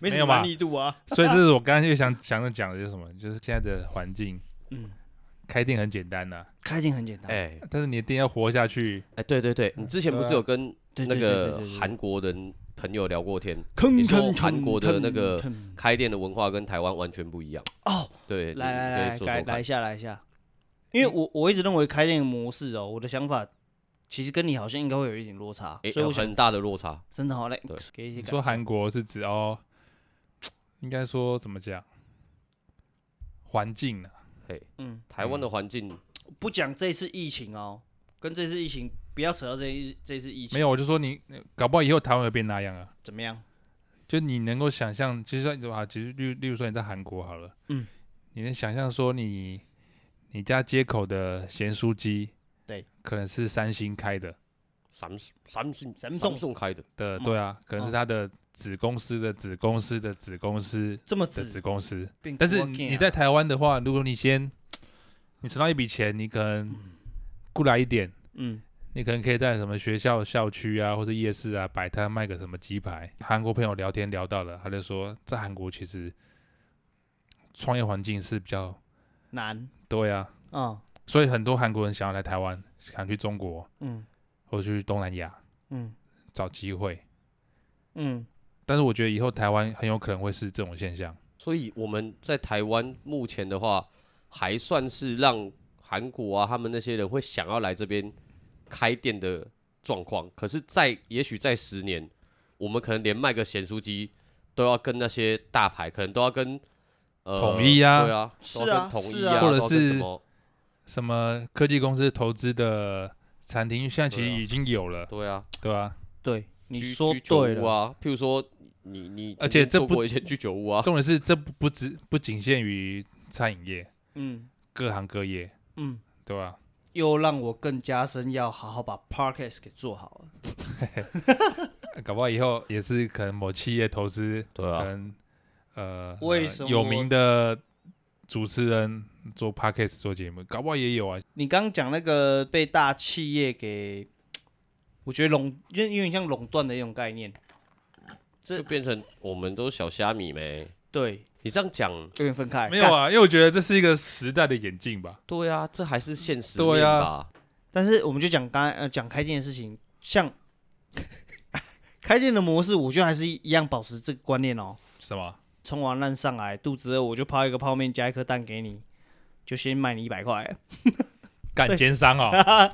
[SPEAKER 1] 没什
[SPEAKER 3] 没有
[SPEAKER 1] 么
[SPEAKER 3] 嘛
[SPEAKER 1] 难易度啊。
[SPEAKER 3] 所以这是我刚刚就想想着讲的，就是什么， <laughs> 就是现在的环境，
[SPEAKER 1] 嗯，
[SPEAKER 3] 开店很简单呐、啊
[SPEAKER 1] 开店很简单，
[SPEAKER 2] 哎
[SPEAKER 3] 但是你的店要活下去，
[SPEAKER 2] 哎，对对对，你之前不是有跟
[SPEAKER 1] 对
[SPEAKER 2] 那
[SPEAKER 1] 对对
[SPEAKER 2] 个
[SPEAKER 1] 对对对
[SPEAKER 2] 韩国人朋友聊过天，
[SPEAKER 1] 坑
[SPEAKER 2] 你
[SPEAKER 1] 坑
[SPEAKER 2] 说韩国的那个
[SPEAKER 1] 坑坑
[SPEAKER 2] 开店的文化跟台湾完全不一样。
[SPEAKER 1] 哦，来
[SPEAKER 2] 对，你
[SPEAKER 1] 来
[SPEAKER 2] 可
[SPEAKER 1] 来
[SPEAKER 2] 以说
[SPEAKER 1] 来来
[SPEAKER 2] 说
[SPEAKER 1] 一
[SPEAKER 2] 看。
[SPEAKER 1] 下来一下，因为我我一直认为开店的模式哦，我的想法其实跟你好像应该会有一点落差，
[SPEAKER 2] 哎，
[SPEAKER 1] 所以
[SPEAKER 2] 有
[SPEAKER 1] 我想
[SPEAKER 2] 很大的落差。
[SPEAKER 1] 真的好嘞
[SPEAKER 2] 对，
[SPEAKER 1] 给一些
[SPEAKER 3] 你
[SPEAKER 1] 感
[SPEAKER 3] 说
[SPEAKER 1] 受
[SPEAKER 3] 韩国是指哦，应该说怎么讲，环境啊呢、
[SPEAKER 2] 嘿，
[SPEAKER 1] 嗯，
[SPEAKER 2] 台湾的环境，
[SPEAKER 1] 不讲这次疫情哦，跟这次疫情不要扯到这一这次疫情，
[SPEAKER 3] 没有，我就说你搞不好以后台湾会变那样啊，
[SPEAKER 1] 怎么样？就
[SPEAKER 3] 就你能够想象，其实说啊，其实例如例如说你在韩国好了，
[SPEAKER 1] 嗯，
[SPEAKER 3] 你能想象说你你家街口的咸酥鸡，
[SPEAKER 1] 对，
[SPEAKER 3] 可能是三星开的
[SPEAKER 2] 三三信
[SPEAKER 1] 三
[SPEAKER 2] 三
[SPEAKER 1] 送
[SPEAKER 2] 送开的，
[SPEAKER 3] 的，
[SPEAKER 1] 嗯
[SPEAKER 3] 对啊，可能
[SPEAKER 1] 哦
[SPEAKER 3] 是它的子公司的子公司的子公司
[SPEAKER 1] 这么
[SPEAKER 3] 的
[SPEAKER 1] 直
[SPEAKER 3] 子，公司，
[SPEAKER 1] 并
[SPEAKER 3] 但是
[SPEAKER 1] 不 working
[SPEAKER 3] 你
[SPEAKER 1] 啊
[SPEAKER 3] 在台湾的话，如果你先你存到一笔钱，你可能过来一点，
[SPEAKER 1] 嗯
[SPEAKER 3] 你可能可以在什么学校校区啊，或者夜市啊摆摊卖个什么鸡排。韩国朋友聊天聊到了，他就说在韩国其实创业环境是比较
[SPEAKER 1] 难
[SPEAKER 3] 对啊，
[SPEAKER 1] 啊，
[SPEAKER 3] 所以很多韩国人想要来台湾，想去中国
[SPEAKER 1] 嗯
[SPEAKER 3] 或者去东南亚
[SPEAKER 1] 嗯
[SPEAKER 3] 找机会。
[SPEAKER 1] 嗯，
[SPEAKER 3] 但是我觉得以后台湾很有可能会是这种现象，
[SPEAKER 2] 所以我们在台湾目前的话，还算是让韩国啊他们那些人会想要来这边开店的状况。可是在，也许在十年，我们可能连卖个咸酥鸡都要跟那些大牌，可能都要跟呃
[SPEAKER 3] 统一啊
[SPEAKER 2] 对啊，
[SPEAKER 1] 是
[SPEAKER 2] 都
[SPEAKER 1] 啊
[SPEAKER 2] 要跟统一
[SPEAKER 1] 是啊
[SPEAKER 2] 都
[SPEAKER 3] 或
[SPEAKER 2] 要跟
[SPEAKER 3] 者
[SPEAKER 2] 什
[SPEAKER 3] 是
[SPEAKER 2] 么
[SPEAKER 3] 什么科技公司投资的餐厅，现在其实
[SPEAKER 2] 对啊
[SPEAKER 3] 已经有了，
[SPEAKER 2] 对啊，
[SPEAKER 3] 对吧、
[SPEAKER 1] 对，你
[SPEAKER 2] 居
[SPEAKER 1] 说
[SPEAKER 2] 居酒
[SPEAKER 1] 对
[SPEAKER 2] 屋
[SPEAKER 1] 了，
[SPEAKER 2] 啊，譬如说你你
[SPEAKER 3] 而且
[SPEAKER 2] 曾经
[SPEAKER 3] 这
[SPEAKER 2] 做
[SPEAKER 3] 不
[SPEAKER 2] 过一些居酒屋啊，
[SPEAKER 3] 重点是这不不只不仅限于餐饮业，
[SPEAKER 1] 嗯
[SPEAKER 3] 各行各业，
[SPEAKER 1] 嗯，
[SPEAKER 3] 对吧、
[SPEAKER 1] 又让我更加深要好好把 podcast 给做好了，
[SPEAKER 3] 搞不好以后也是可能某企业投资，
[SPEAKER 2] 对
[SPEAKER 3] 可
[SPEAKER 2] 啊，
[SPEAKER 3] 能呃
[SPEAKER 1] 为什么
[SPEAKER 3] 有名的主持人做 podcast 做节目，搞不好也有啊。
[SPEAKER 1] 你刚刚讲那个被大企业给，我觉得垄，因为有点像垄断的一种概念，这
[SPEAKER 2] 就变成我们都小虾米没。
[SPEAKER 1] 对，
[SPEAKER 2] 你这样讲，
[SPEAKER 1] 有点分
[SPEAKER 2] 哎
[SPEAKER 1] 开，
[SPEAKER 3] 没有啊，因为我觉得这是一个时代的演进吧。
[SPEAKER 2] 对啊，这还是现实
[SPEAKER 3] 对
[SPEAKER 2] 面
[SPEAKER 3] 啊
[SPEAKER 2] 吧？
[SPEAKER 1] 但是我们就讲刚才呃讲开店的事情，像 <laughs> 开店的模式，我觉得还是一样保持这个观念哦。
[SPEAKER 3] 什么？
[SPEAKER 1] 冲完烂上来，肚子饿我就泡一个泡面加一颗蛋给你，就先卖你一百块。
[SPEAKER 3] 干奸商哦，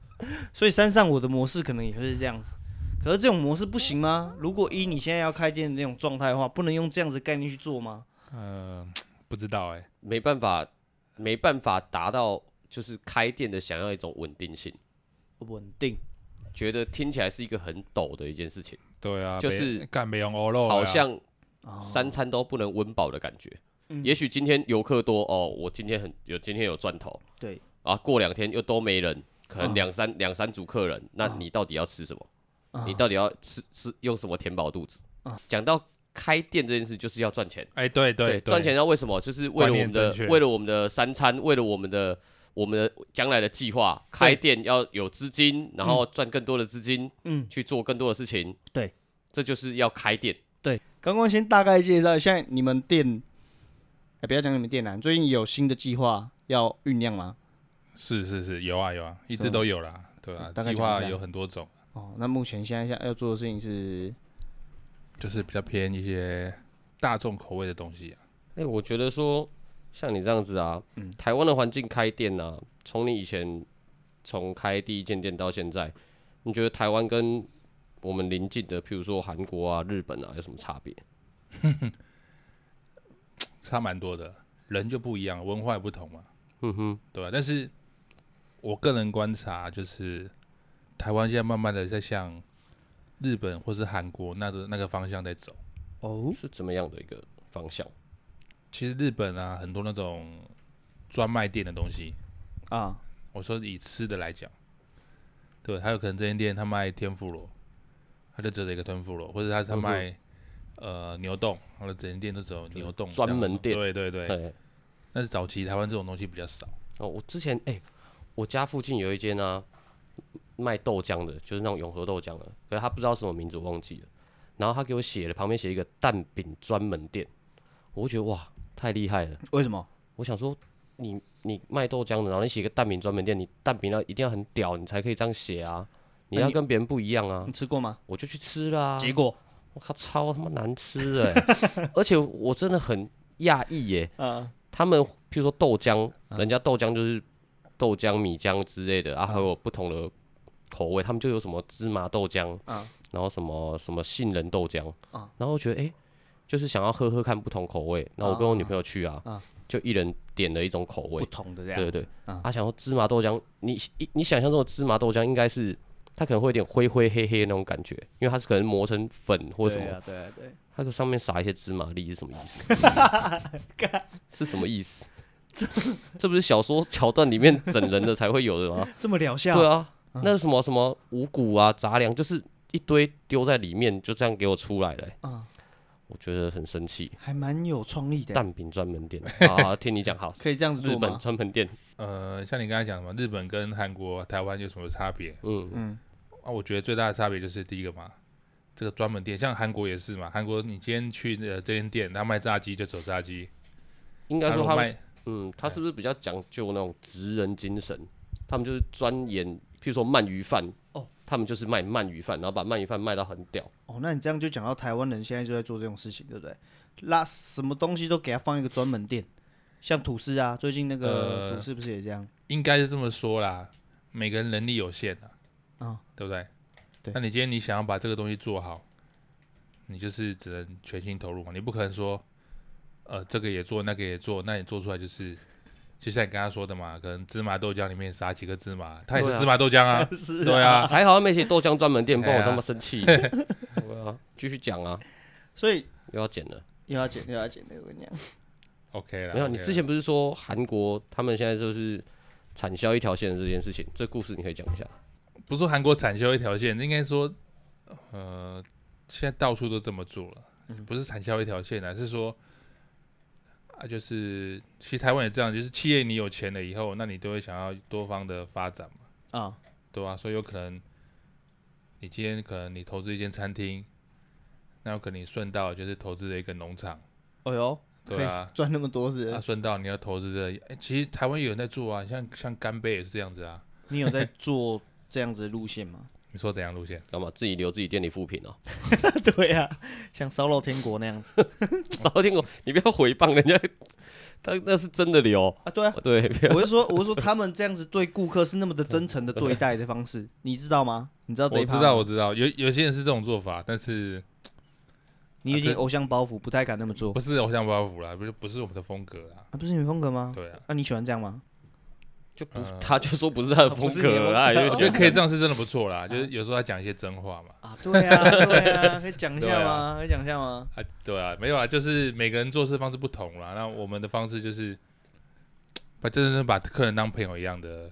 [SPEAKER 2] <laughs>
[SPEAKER 1] 所以山上我的模式可能也会是这样子。可是这种模式不行吗？如果依你现在要开店的那种状态的话，不能用这样子的概念去做吗？
[SPEAKER 3] 嗯、不知道哎、
[SPEAKER 2] 没办法，没办法达到就是开店的想要一种稳定性，
[SPEAKER 1] 稳定，
[SPEAKER 2] 觉得听起来是一个很陡的一件事情，
[SPEAKER 3] 对啊，
[SPEAKER 2] 就是
[SPEAKER 3] 没干美容欧肉啊，
[SPEAKER 2] 好像
[SPEAKER 1] 哦
[SPEAKER 2] 三餐都不能温饱的感觉。
[SPEAKER 1] 嗯
[SPEAKER 2] 也许今天游客多哦，我今天很有今天有赚头
[SPEAKER 1] 对，
[SPEAKER 2] 啊，过两天又都没人，可
[SPEAKER 1] 啊
[SPEAKER 2] 能两三两三组客人，那你到底要吃什么？
[SPEAKER 1] 啊
[SPEAKER 2] 你到底要吃吃用什么填饱肚子
[SPEAKER 1] 啊？
[SPEAKER 2] 讲到开店这件事，就是要赚钱。
[SPEAKER 3] 哎、对对
[SPEAKER 2] 赚钱要为什么？就是为了我们
[SPEAKER 3] 观念
[SPEAKER 2] 的
[SPEAKER 3] 正确，
[SPEAKER 2] 为了我们的三餐，为了我们的我们的将来的计划，开店要有资金，然后赚更多的资金、
[SPEAKER 1] 嗯，
[SPEAKER 2] 去做更多的事情。
[SPEAKER 1] 对，
[SPEAKER 2] 这就是要开店。
[SPEAKER 1] 对。刚刚先大概介绍一下你们店，哎、不要讲你们店啦，最近有新的计划要酝酿吗？
[SPEAKER 3] 是是是有啊有啊，一
[SPEAKER 1] 是
[SPEAKER 3] 直
[SPEAKER 1] 吗
[SPEAKER 3] 都有啦，对啊，
[SPEAKER 1] 大概讲一
[SPEAKER 3] 计划
[SPEAKER 1] 下
[SPEAKER 3] 有很多种，
[SPEAKER 1] 哦，那目前现在要要做的事情是，
[SPEAKER 3] 就是比较偏一些大众口味的东西啊。
[SPEAKER 2] 哎、我觉得说像你这样子啊，
[SPEAKER 3] 嗯
[SPEAKER 2] 台湾的环境开店啊，从你以前从开第一间店到现在，你觉得台湾跟我们邻近的，譬如说韩国啊、日本啊，有什么差别？
[SPEAKER 3] 差蛮多的，人就不一样，文化也不同嘛，
[SPEAKER 2] 哼嗯哼，
[SPEAKER 3] 对吧、但是我个人观察，就是台湾现在慢慢的在向日本或是韩国那个那个方向在走。嗯
[SPEAKER 1] 哦，
[SPEAKER 2] 是怎么样的一个方向？
[SPEAKER 3] 其实日本啊，很多那种专卖店的东西，
[SPEAKER 1] 啊，
[SPEAKER 3] 我说以吃的来讲，对，还有可能这间店他卖天妇罗，他就只有一个天妇罗，或者他
[SPEAKER 2] 嗯
[SPEAKER 3] 他
[SPEAKER 2] 哼
[SPEAKER 3] 卖、呃牛冻，他的整间店都只有牛冻
[SPEAKER 2] 专门店
[SPEAKER 3] 这样对对对。
[SPEAKER 2] 哎，
[SPEAKER 3] 但是早期台湾这种东西比较少，
[SPEAKER 2] 哦，我之前哎、我家附近有一间啊，卖豆浆的，就是那种永和豆浆的，可是他不知道什么名字，我忘记了。然后他给我写了，旁边写一个蛋饼专门店，我就觉得哇，太厉害了。
[SPEAKER 1] 为什么？
[SPEAKER 2] 我想说你你卖豆浆的，然后你写个蛋饼专门店，你蛋饼要一定要很屌，你才可以这样写啊，你
[SPEAKER 1] 那
[SPEAKER 2] 要
[SPEAKER 1] 你
[SPEAKER 2] 跟别人不一样啊
[SPEAKER 1] 你。吃过吗？
[SPEAKER 2] 我就去吃啦、
[SPEAKER 1] 结果，
[SPEAKER 2] 我靠，超他妈难吃哎、 <laughs> 而且我真的很讶异耶，
[SPEAKER 1] 啊，
[SPEAKER 2] 他们譬如说豆浆，人家豆浆就是豆浆、米浆之类的啊，还有不同的口味，他们就有什么芝麻豆浆，
[SPEAKER 1] 啊
[SPEAKER 2] 然后什么什么杏仁豆浆，
[SPEAKER 1] 啊
[SPEAKER 2] 然后我觉得哎、诶就是想要喝喝看不同口味，然后我跟我女朋友去啊，
[SPEAKER 1] 啊
[SPEAKER 2] 就一人点了一种口
[SPEAKER 1] 不
[SPEAKER 2] 味，
[SPEAKER 1] 同的这样，
[SPEAKER 2] 对对对，
[SPEAKER 1] 啊
[SPEAKER 2] 啊，想说芝麻豆浆，你你你想象中的芝麻豆浆应该是。它可能会有点灰灰黑黑的那种感觉，因为它是可能磨成粉或什么
[SPEAKER 1] 对啊，对啊对，
[SPEAKER 2] 它就上面撒一些芝麻粒是什么意
[SPEAKER 1] <laughs>
[SPEAKER 2] 思？是什么意思？这这不是小说桥段里面整人的才会有的吗？
[SPEAKER 1] 这么疗效，
[SPEAKER 2] 对啊，
[SPEAKER 1] 嗯
[SPEAKER 2] 那是什么什么五谷啊、杂粮，就是一堆丢在里面，就这样给我出来了欸、
[SPEAKER 1] 啊
[SPEAKER 2] 我觉得很生气。
[SPEAKER 1] 还蛮有创意的，
[SPEAKER 2] 蛋饼专门
[SPEAKER 1] <laughs>
[SPEAKER 2] 店啊，听你讲好，
[SPEAKER 1] 可以这样子
[SPEAKER 2] 日
[SPEAKER 1] 做
[SPEAKER 2] 本
[SPEAKER 1] 吗？
[SPEAKER 2] 专门店，
[SPEAKER 3] 呃，像你刚才讲的嘛，日本跟韩国、台湾有什么差别
[SPEAKER 2] 嗯，
[SPEAKER 1] 嗯，
[SPEAKER 3] 啊？我觉得最大的差别就是第一个嘛，这个专门店，像韩国也是嘛，韩国你今天去呃这间店，他卖炸鸡就走炸鸡，
[SPEAKER 2] 应该
[SPEAKER 3] 他
[SPEAKER 2] 说
[SPEAKER 3] 如
[SPEAKER 2] 他
[SPEAKER 3] 果
[SPEAKER 2] 们，
[SPEAKER 3] 卖
[SPEAKER 2] 嗯，他是不是比较讲究那种职人精神？他们就是钻研，譬如说鳗鱼饭，
[SPEAKER 1] 哦，
[SPEAKER 2] 他们就是卖鳗鱼饭，然后把鳗鱼饭卖到很屌。
[SPEAKER 1] 哦，那你这样就讲到台湾人现在就在做这种事情，对不对？拉什么东西都给他放一个专门店，像吐司啊，最近那个
[SPEAKER 3] 呃
[SPEAKER 1] 吐司不是也这样？
[SPEAKER 3] 应该是这么说啦，每个人能力有限啊，
[SPEAKER 1] 啊
[SPEAKER 3] 对不对？
[SPEAKER 1] 对，
[SPEAKER 3] 那你今天你想要把这个东西做好，你就是只能全心投入嘛，你不可能说，呃，这个也做，那个也做，那你做出来就是，就像你刚刚说的嘛，可能芝麻豆浆里面撒几个芝麻，它也
[SPEAKER 2] 对
[SPEAKER 3] 是
[SPEAKER 2] 啊
[SPEAKER 3] 芝麻豆浆啊
[SPEAKER 1] 是
[SPEAKER 3] 对
[SPEAKER 2] <laughs>
[SPEAKER 3] 啊，
[SPEAKER 2] 还好他没写豆浆专门店，不然我
[SPEAKER 3] 哎呀
[SPEAKER 2] 他妈生
[SPEAKER 3] <laughs>
[SPEAKER 2] 气。对啊，继续讲啊，
[SPEAKER 1] 所以啊
[SPEAKER 2] 又要剪了。
[SPEAKER 1] 又要剪又要剪的，我跟你讲，
[SPEAKER 3] ，OK 了。
[SPEAKER 2] 没有，你
[SPEAKER 3] OK 啦
[SPEAKER 2] 之前不是说韩国他们现在就是产销一条线的这件事情，这故事你可以讲一下。
[SPEAKER 3] 不是说韩国产销一条线，应该说，呃，现在到处都这么做了，
[SPEAKER 1] 嗯
[SPEAKER 3] 不是产销一条线啊，是说，啊，就是其实台湾也这样，就是企业你有钱了以后，那你都会想要多方的发展嘛，
[SPEAKER 1] 啊
[SPEAKER 3] 对吧、所以有可能，你今天可能你投资一间餐厅，那有可能你顺道就是投资了一个农场，
[SPEAKER 1] 哎呦，可
[SPEAKER 3] 对
[SPEAKER 1] 以
[SPEAKER 3] 啊，
[SPEAKER 1] 赚那么多是不
[SPEAKER 3] 啊，
[SPEAKER 1] 是？
[SPEAKER 3] 顺道你要投资的，哎、其实台湾有人在做啊，像像干贝也是这样子啊，
[SPEAKER 1] 你有在做这样子的路线吗？
[SPEAKER 3] 你说怎样路线？
[SPEAKER 2] 干嘛自己留自己店里副品哦？ <laughs>
[SPEAKER 1] 对啊，像烧肉天国那样子
[SPEAKER 2] 早听过，你不要回谤人家， <laughs> 他那是真的
[SPEAKER 3] <laughs>
[SPEAKER 2] 留。
[SPEAKER 1] 啊，
[SPEAKER 2] <laughs>
[SPEAKER 1] 对啊。
[SPEAKER 2] 对，不要
[SPEAKER 1] 我是说，我是说，他们这样子对顾客是那么的真诚的对待的方式，你知道吗？你知道这
[SPEAKER 3] 我
[SPEAKER 1] 一
[SPEAKER 3] 知
[SPEAKER 1] 趴吗
[SPEAKER 3] 道，我知道，有有些人是这种做法，但是
[SPEAKER 1] 你已
[SPEAKER 3] 啊
[SPEAKER 1] 经
[SPEAKER 3] 这
[SPEAKER 1] 偶像包袱，不太敢那么做
[SPEAKER 3] 不。是偶像包袱啦，不是不是我们的风格啦，
[SPEAKER 1] 啊，不是你的风格吗？
[SPEAKER 3] 对啊，
[SPEAKER 1] 那、你喜欢这样吗？
[SPEAKER 2] 就不
[SPEAKER 3] 嗯，
[SPEAKER 2] 他就说不是他的风
[SPEAKER 1] 不是你的
[SPEAKER 2] 格
[SPEAKER 1] 风格
[SPEAKER 2] 啦，有
[SPEAKER 3] 我
[SPEAKER 2] 些
[SPEAKER 3] 觉得可以这样是真的不错
[SPEAKER 1] <laughs>
[SPEAKER 3] 啦，就是有时候他讲一些真话嘛，
[SPEAKER 1] 啊，对啊，对啊，可以讲一
[SPEAKER 3] 对
[SPEAKER 1] 下
[SPEAKER 3] 啊
[SPEAKER 1] 吗？可以讲一下吗？
[SPEAKER 3] 啊，对啊，没有啦，就是每个人做事方式不同啦，那我们的方式就是把真的是把客人当朋友一
[SPEAKER 1] <laughs>
[SPEAKER 3] 样的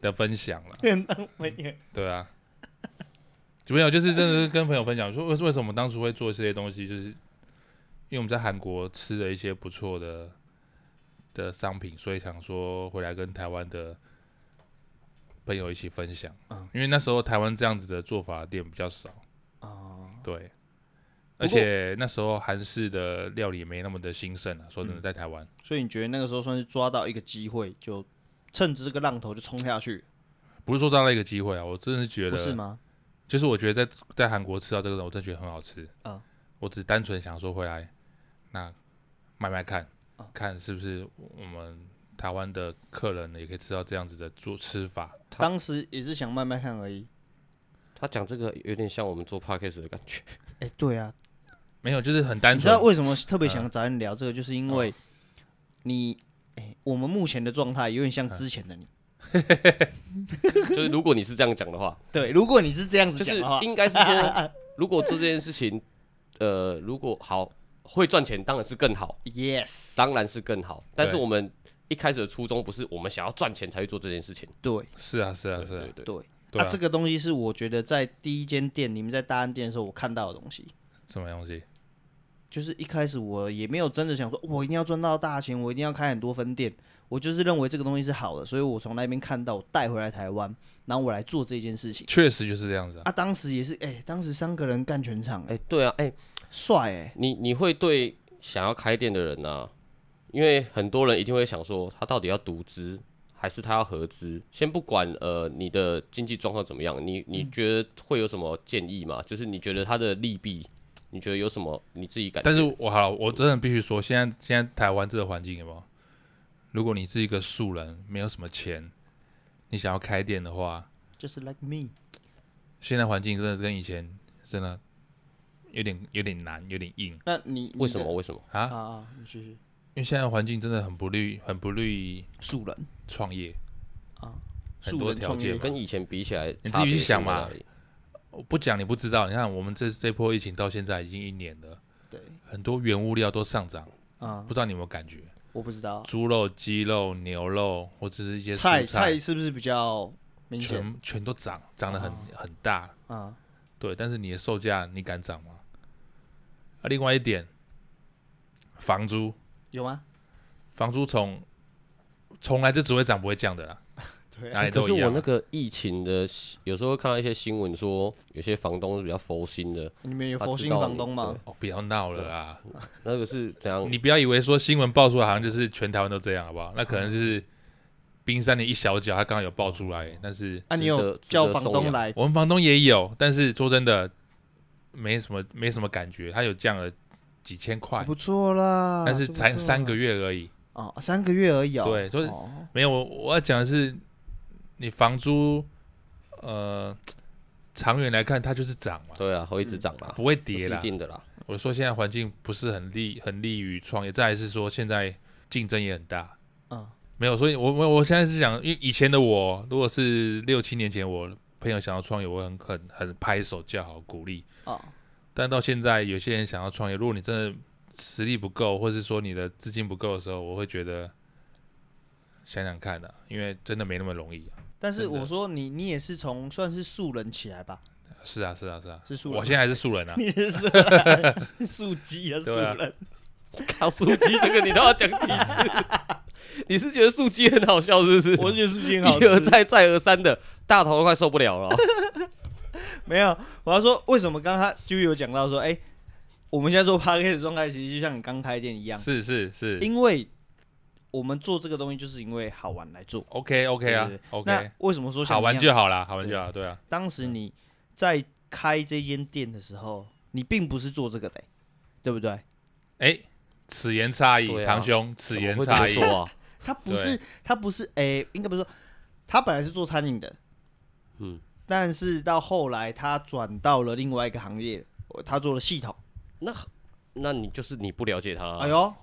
[SPEAKER 3] 的分享啦，
[SPEAKER 1] 没有
[SPEAKER 3] 对啊，没有就是真的是跟朋友分享说为为什么我们当初会做这些东西，就是因为我们在韩国吃了一些不错的的商品，所以想说回来跟台湾的朋友一起分享。
[SPEAKER 1] 嗯
[SPEAKER 3] 因为那时候台湾这样子的做法的店比较少，
[SPEAKER 1] 啊，
[SPEAKER 3] 对，
[SPEAKER 1] 不过
[SPEAKER 3] 而且那时候韩式的料理也没那么的兴盛啊。说
[SPEAKER 1] 嗯
[SPEAKER 3] 真的，在台湾，
[SPEAKER 1] 所以你觉得那个时候算是抓到一个机会，就趁着这个浪头就冲下去，
[SPEAKER 3] 不是说抓到一个机会啊，我真的是觉
[SPEAKER 1] 不
[SPEAKER 3] 得
[SPEAKER 1] 是吗？
[SPEAKER 3] 就是我觉得在在韩国吃到这个，我真的觉得很好吃。
[SPEAKER 1] 嗯
[SPEAKER 3] 我只单纯想说回来，那卖卖看，
[SPEAKER 1] 嗯
[SPEAKER 3] 看是不是我们台湾的客人也可以吃到这样子的做吃法。
[SPEAKER 2] 他
[SPEAKER 1] 当时也是想慢慢看而已。
[SPEAKER 2] 他讲这个有点像我们做 podcast 的感觉， <laughs>
[SPEAKER 1] 哎、对啊，
[SPEAKER 3] 没有，就是很单
[SPEAKER 1] 你知
[SPEAKER 3] 纯哦
[SPEAKER 1] 道。为什么特别想找你聊这个，就是因为你，哎、我们目前的状态有点像之前的
[SPEAKER 3] 嗯
[SPEAKER 1] 你。
[SPEAKER 2] 就是如果你是这样讲的话，
[SPEAKER 1] 对，如果你是这样子
[SPEAKER 2] 就
[SPEAKER 1] 讲
[SPEAKER 2] 是
[SPEAKER 1] 的话，
[SPEAKER 2] 应该是说，如果做这件事情，呃，如果好会赚钱，当然是更好，
[SPEAKER 1] yes，
[SPEAKER 2] 当然是更好。但是
[SPEAKER 3] 对
[SPEAKER 2] 我们一开始的初衷不是我们想要赚钱才去做这件事情，
[SPEAKER 1] 对
[SPEAKER 3] 是啊，是啊，是啊
[SPEAKER 2] 对，对，
[SPEAKER 1] 对。
[SPEAKER 3] 对啊
[SPEAKER 1] 这个东西是我觉得在第一间店，你们在大安店的时候，我看到的东西，
[SPEAKER 3] 什么东西？
[SPEAKER 1] 就是一开始我也没有真的想说，哦我一定要赚到大钱，我一定要开很多分店。我就是认为这个东西是好的，所以我从那边看到，我带回来台湾，然后我来做这件事情。
[SPEAKER 3] 确实就是这样子啊。
[SPEAKER 1] 啊，当时也是，哎、当时三个人干全场、哎、
[SPEAKER 2] 哎、对啊，哎、
[SPEAKER 1] 帅
[SPEAKER 3] 欸
[SPEAKER 1] 哎、
[SPEAKER 2] 你你会对想要开店的人啊，因为很多人一定会想说，他到底要独资还是他要合资？先不管呃你的经济状况怎么样，你你觉得会有什么建议吗？就是你觉得他的利弊，你觉得有什么你自己感觉？
[SPEAKER 3] 但是我好了，我真的必须说，现在现在台湾这个环境有没有？如果你是一个素人，没有什么钱，你想要开店的话，
[SPEAKER 1] 就是 like me。
[SPEAKER 3] 现在环境真的跟以前真的有点有点难，有点硬
[SPEAKER 1] 那你你
[SPEAKER 2] 为什
[SPEAKER 1] 的
[SPEAKER 2] 么为什么？
[SPEAKER 3] 啊。
[SPEAKER 1] 啊啊？你继续。
[SPEAKER 3] 因为现在环境真的很不利，很不利
[SPEAKER 1] 素人，
[SPEAKER 3] 创业。很
[SPEAKER 1] 素
[SPEAKER 3] 多
[SPEAKER 1] 人
[SPEAKER 3] 条
[SPEAKER 1] 创业
[SPEAKER 3] 件嘛
[SPEAKER 2] 跟以前比起来，
[SPEAKER 3] 你自己去想嘛
[SPEAKER 2] 嘛。
[SPEAKER 3] 我不讲你不知道，你看我们这这波疫情到现在已经一年了，
[SPEAKER 1] 对
[SPEAKER 3] 很多原物料都上涨，
[SPEAKER 1] 啊
[SPEAKER 3] 不，知道你有没有感觉？
[SPEAKER 1] 我不知道
[SPEAKER 3] 猪肉、鸡肉、牛肉，或者是一些
[SPEAKER 1] 哦菜
[SPEAKER 3] 蔬
[SPEAKER 1] 菜是不是比较明显哦
[SPEAKER 3] 全全都涨，涨得很、很大。
[SPEAKER 1] 啊？
[SPEAKER 3] 对，但是你的售价你敢涨吗？啊，另外一点，房租，
[SPEAKER 1] 有吗？
[SPEAKER 3] 房租从从来就只会涨不会降的啦，
[SPEAKER 1] 对啊
[SPEAKER 3] 哪里
[SPEAKER 2] 可
[SPEAKER 3] 都
[SPEAKER 2] 是
[SPEAKER 3] 一
[SPEAKER 2] 我
[SPEAKER 3] 样
[SPEAKER 2] 那
[SPEAKER 3] 啊。
[SPEAKER 2] 个疫情的，有时候会看到一些新闻说，有些房东是比较佛心的，
[SPEAKER 1] 你们有
[SPEAKER 2] 他
[SPEAKER 1] 佛
[SPEAKER 2] 知
[SPEAKER 1] 心
[SPEAKER 2] 道
[SPEAKER 1] 房
[SPEAKER 2] 你
[SPEAKER 1] 东吗？
[SPEAKER 3] 哦，不要闹了啦！
[SPEAKER 2] 那个是怎样？
[SPEAKER 3] 你不要以为说新闻爆出来好像就是全台湾都这样，好不好？那可能是冰山的一小角，它刚刚有爆出来，但是
[SPEAKER 1] 啊，你
[SPEAKER 2] 值
[SPEAKER 1] 有
[SPEAKER 2] 得
[SPEAKER 1] 叫
[SPEAKER 2] 值得
[SPEAKER 1] 房
[SPEAKER 2] 颂
[SPEAKER 1] 东
[SPEAKER 2] 扬
[SPEAKER 1] 来？
[SPEAKER 3] 我们房东也有，但是说真的，没什么没什么感觉，它有降了几千块，
[SPEAKER 1] 不错
[SPEAKER 2] 啊
[SPEAKER 1] 啦，
[SPEAKER 3] 但是才三个
[SPEAKER 1] 月
[SPEAKER 3] 月而已。
[SPEAKER 1] 哦，三个月而已哦。
[SPEAKER 3] 对所以
[SPEAKER 1] 哦
[SPEAKER 3] 没有，我我要讲的是，你房租，呃，长远来看它就是涨嘛，
[SPEAKER 2] 对啊，会一直涨啦，
[SPEAKER 3] 嗯不会
[SPEAKER 2] 这
[SPEAKER 3] 跌
[SPEAKER 2] 是一
[SPEAKER 3] 啦。
[SPEAKER 2] 定的啦。
[SPEAKER 3] 我说现在环境不是很利，很利于创业，再来是说现在竞争也很大。
[SPEAKER 1] 嗯，
[SPEAKER 3] 没有，所以我我我现在是想，因为以前的我，如果是六七年前我朋友想要创业，我会很很很拍手叫好鼓励。
[SPEAKER 1] 哦，
[SPEAKER 3] 但到现在，有些人想要创业，如果你真的实力不够，或是说你的资金不够的时候，我会觉得想想看的、啊因为真的没那么容易、啊。
[SPEAKER 1] 但是
[SPEAKER 3] 真的
[SPEAKER 1] 我说你，你也是从算是素人起来吧？
[SPEAKER 3] 是啊，是啊，是啊，
[SPEAKER 1] 是素人
[SPEAKER 3] 我现在还是素人啊。
[SPEAKER 1] 你是素人素鸡啊，素
[SPEAKER 3] 对啊 <laughs>
[SPEAKER 1] 人。
[SPEAKER 2] 靠，素鸡这个你都要讲几次？ <laughs> 你是觉得素鸡很好笑是不是？
[SPEAKER 1] 我觉得素鸡很好
[SPEAKER 2] 一而
[SPEAKER 1] 吃。
[SPEAKER 2] 再再而三的，大头都快受不了了。
[SPEAKER 1] 没有，我要说为什么刚刚就有讲到说，哎、我们现在做 p a c k a g e 状态，其实就像你刚开店一样，
[SPEAKER 3] 是是
[SPEAKER 1] <laughs>
[SPEAKER 3] 是
[SPEAKER 1] 因为我们做这个东西就是因为好玩来做。
[SPEAKER 3] ，OK OK 啊
[SPEAKER 1] 对对对
[SPEAKER 3] ，OK，
[SPEAKER 1] 那为什么说像
[SPEAKER 3] 好玩
[SPEAKER 1] 你一样
[SPEAKER 3] 就好啦，好玩就好，对啊，
[SPEAKER 1] 当时你在开这间店的时候，你并不是做这个的、对不对？
[SPEAKER 3] 哎，此言差
[SPEAKER 2] 对
[SPEAKER 3] 矣，
[SPEAKER 2] 啊
[SPEAKER 3] 堂兄，此言
[SPEAKER 2] 怎么
[SPEAKER 3] 差
[SPEAKER 2] 会
[SPEAKER 3] 矣
[SPEAKER 2] 这么，说啊？
[SPEAKER 1] 他不是，他不是，哎、应该不是说，他本来是做餐饮的，
[SPEAKER 2] 嗯，
[SPEAKER 1] 但是到后来他转到了另外一个行业，呃他做了系统。
[SPEAKER 2] 那那你就是你不了解他、啊
[SPEAKER 1] 哎，呦，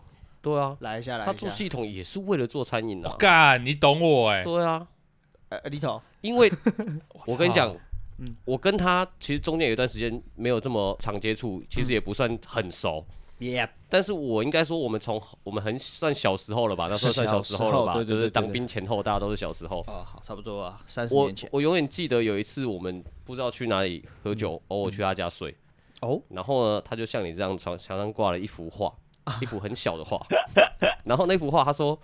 [SPEAKER 2] 对啊，
[SPEAKER 1] 来一下，来一
[SPEAKER 2] 他
[SPEAKER 1] 下，
[SPEAKER 2] 做系统也是为了做餐饮
[SPEAKER 3] 我
[SPEAKER 2] 啊。
[SPEAKER 3] 干，你懂我
[SPEAKER 2] <laughs>
[SPEAKER 3] 哎，
[SPEAKER 2] 对啊，
[SPEAKER 1] 呃，里头，
[SPEAKER 2] 因
[SPEAKER 1] <laughs>
[SPEAKER 2] 为
[SPEAKER 3] 操
[SPEAKER 2] 我跟你讲
[SPEAKER 1] 嗯，
[SPEAKER 2] 我跟他其实中间有一段时间没有这么常接触，其实也不算很熟。
[SPEAKER 1] 耶、
[SPEAKER 2] 但是我应该说，我们从我们很算小时候了吧？那
[SPEAKER 1] <laughs>
[SPEAKER 2] 时候算小时候了
[SPEAKER 1] 小时候
[SPEAKER 2] 吧？
[SPEAKER 1] 对对
[SPEAKER 2] 就
[SPEAKER 1] 对对对
[SPEAKER 2] 是当兵前后，大家都是小时候。
[SPEAKER 1] 哦，好，差不多啊，三十
[SPEAKER 2] 我
[SPEAKER 1] 年前。
[SPEAKER 2] 我永远记得有一次我们不知道去哪里喝
[SPEAKER 1] 嗯
[SPEAKER 2] 酒，偶尔去他家睡，
[SPEAKER 1] 哦，
[SPEAKER 2] 然后呢，他就像你这样床墙上挂了一
[SPEAKER 1] <laughs>
[SPEAKER 2] 幅画，一幅很小的画，然后那幅画他说。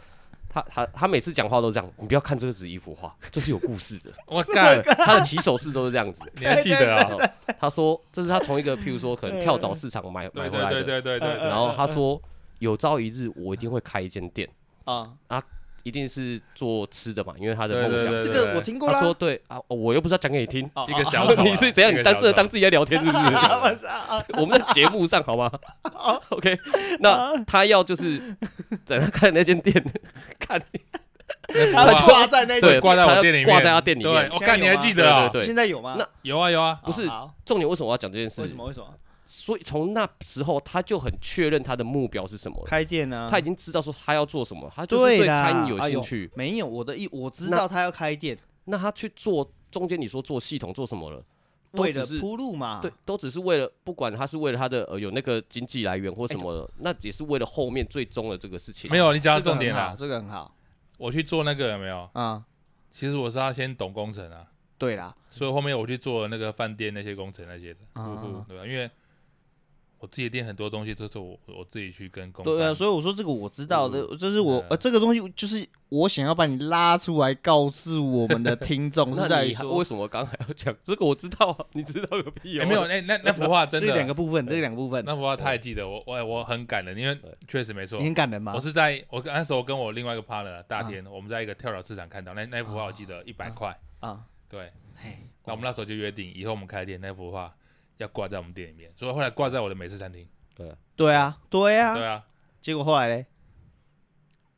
[SPEAKER 2] 他他他每次讲话都这样，你不要看这个只是一幅画，这是有故事的。
[SPEAKER 3] 我干，
[SPEAKER 2] 他的起手式都是这样子。
[SPEAKER 3] 你还记得啊？
[SPEAKER 2] 然后他说这是他从一个譬如说可能跳蚤市场买买回
[SPEAKER 3] 对对
[SPEAKER 2] 来
[SPEAKER 3] 对嗯
[SPEAKER 2] 的，
[SPEAKER 3] 对对对，
[SPEAKER 2] 然后他说有朝一日我一定会开一间店，
[SPEAKER 1] 啊，
[SPEAKER 2] 一定是做吃的嘛，因为他的
[SPEAKER 3] 对
[SPEAKER 2] 梦
[SPEAKER 3] 对
[SPEAKER 2] 想。
[SPEAKER 3] 对
[SPEAKER 4] 这
[SPEAKER 3] 对
[SPEAKER 4] 个我听过啦
[SPEAKER 2] 他。说对啊，哦我又不是要讲给你听，
[SPEAKER 3] 一个小丑
[SPEAKER 2] <laughs>
[SPEAKER 3] 啊，
[SPEAKER 2] 你是怎样？
[SPEAKER 3] 一
[SPEAKER 2] 你
[SPEAKER 3] 个
[SPEAKER 2] 当
[SPEAKER 3] 小
[SPEAKER 2] 这
[SPEAKER 3] 丑
[SPEAKER 2] 当自己在聊天是不是？<laughs>
[SPEAKER 3] <laughs>
[SPEAKER 1] 啊我操！
[SPEAKER 2] 我们在节目
[SPEAKER 1] <laughs>
[SPEAKER 2] 上好吗
[SPEAKER 1] 哦
[SPEAKER 2] <laughs> ？OK，那他要就是等他看那间店，看
[SPEAKER 3] 那幅
[SPEAKER 1] 他
[SPEAKER 3] 画
[SPEAKER 1] 就挂在那
[SPEAKER 2] 对
[SPEAKER 1] 个，
[SPEAKER 3] 挂在我店里面，
[SPEAKER 2] 他挂在他店里面
[SPEAKER 3] 对，我看你还记
[SPEAKER 2] 对
[SPEAKER 3] 得啊？
[SPEAKER 2] 对对，
[SPEAKER 1] 现在有吗？
[SPEAKER 2] 那
[SPEAKER 3] 有啊有啊，
[SPEAKER 2] 不是
[SPEAKER 1] 好好
[SPEAKER 2] 重点为什么我要讲这件事？
[SPEAKER 1] 为什么？为什么
[SPEAKER 2] 所以从那时候他就很确认他的目标是什么了，
[SPEAKER 1] 开店呢？
[SPEAKER 2] 他已经知道说他要做什么，他就是对
[SPEAKER 1] 啦
[SPEAKER 2] 餐饮有
[SPEAKER 1] 哎
[SPEAKER 2] 兴
[SPEAKER 1] 呦
[SPEAKER 2] 趣。
[SPEAKER 1] 没有，我的意我知
[SPEAKER 2] 那
[SPEAKER 1] 道他要开店，
[SPEAKER 2] 那他去做中间你说做系统做什么了？都
[SPEAKER 1] 为
[SPEAKER 2] 只
[SPEAKER 1] 了
[SPEAKER 2] 是
[SPEAKER 1] 铺路嘛。
[SPEAKER 2] 对，都只是为了不管他是为了他的呃有那个经济来源或什么
[SPEAKER 1] 哎
[SPEAKER 2] 的，那也是为了后面最终的这个事情。
[SPEAKER 3] 没有你讲
[SPEAKER 1] 这
[SPEAKER 3] 到
[SPEAKER 1] 个
[SPEAKER 3] 重
[SPEAKER 1] 很
[SPEAKER 3] 点
[SPEAKER 1] 好，
[SPEAKER 3] 啦。
[SPEAKER 1] 这个很好
[SPEAKER 3] 我去做那个有没有？
[SPEAKER 1] 啊。
[SPEAKER 3] 其实我是要先懂工程啊，
[SPEAKER 1] 对啦，
[SPEAKER 3] 所以后面我去做那个饭店那些工程那些的，
[SPEAKER 1] 啊，
[SPEAKER 3] 对吧？因为我自己的店很多东西都是我我自己去跟工
[SPEAKER 1] 对啊，
[SPEAKER 3] 班
[SPEAKER 1] 所以我说这个我知道的，这是我
[SPEAKER 3] 嗯
[SPEAKER 1] 呃这个东西就是我想要把你拉出来，告知我们的听众是
[SPEAKER 2] 那
[SPEAKER 1] 在于
[SPEAKER 2] 你还为
[SPEAKER 1] 说
[SPEAKER 2] 什么刚才要讲这个？我知道啊，你知道个屁
[SPEAKER 3] 哎
[SPEAKER 2] 哦！
[SPEAKER 3] 没有，那那那幅画
[SPEAKER 1] 这
[SPEAKER 3] 真
[SPEAKER 1] 两
[SPEAKER 3] 的，
[SPEAKER 1] 个部分，这两个部分，
[SPEAKER 3] 那幅画他也记得，我我我很感人，因为
[SPEAKER 2] 对
[SPEAKER 3] 确实没错
[SPEAKER 1] 你，很感人吗啊
[SPEAKER 3] 我？是在我那时候跟我另外一个 partner 大天，我们在一个跳蚤市场看到那那幅画，我记得一百块，
[SPEAKER 1] 啊，
[SPEAKER 3] 对，
[SPEAKER 1] 嘿，
[SPEAKER 3] 那我们那时候就约定，以后我们开店那幅画要挂在我们店里面，所以后来挂在我的美式餐厅，
[SPEAKER 1] 对啊，对
[SPEAKER 3] 对
[SPEAKER 1] 啊，
[SPEAKER 3] 啊。
[SPEAKER 1] 结果后来嘞，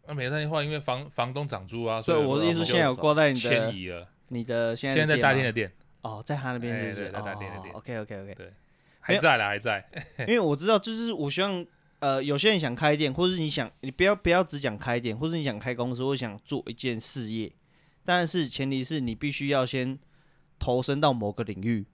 [SPEAKER 3] 那美式餐厅后来因为房房东涨租啊，所
[SPEAKER 1] 所以
[SPEAKER 3] 以
[SPEAKER 1] 我的意思，
[SPEAKER 3] 们
[SPEAKER 1] 现在有挂在你
[SPEAKER 3] 迁
[SPEAKER 1] 的
[SPEAKER 3] 移了，
[SPEAKER 1] 你的现
[SPEAKER 3] 现
[SPEAKER 1] 在
[SPEAKER 3] 在在大
[SPEAKER 1] 店
[SPEAKER 3] 店
[SPEAKER 1] 吗
[SPEAKER 3] 的店
[SPEAKER 1] 哦，在他那边是不
[SPEAKER 3] 哎
[SPEAKER 1] 是？
[SPEAKER 3] 对在大店的店
[SPEAKER 1] OK OK OK，没
[SPEAKER 3] 还
[SPEAKER 1] 有
[SPEAKER 3] 在啦，还在。
[SPEAKER 1] 因为我知道，就是我希望，呃，有些人想开店，或是你想，你不要不要只讲开店，或是你想开公司，或想做一件事业，但是前提是你必须要先投身到某个领域，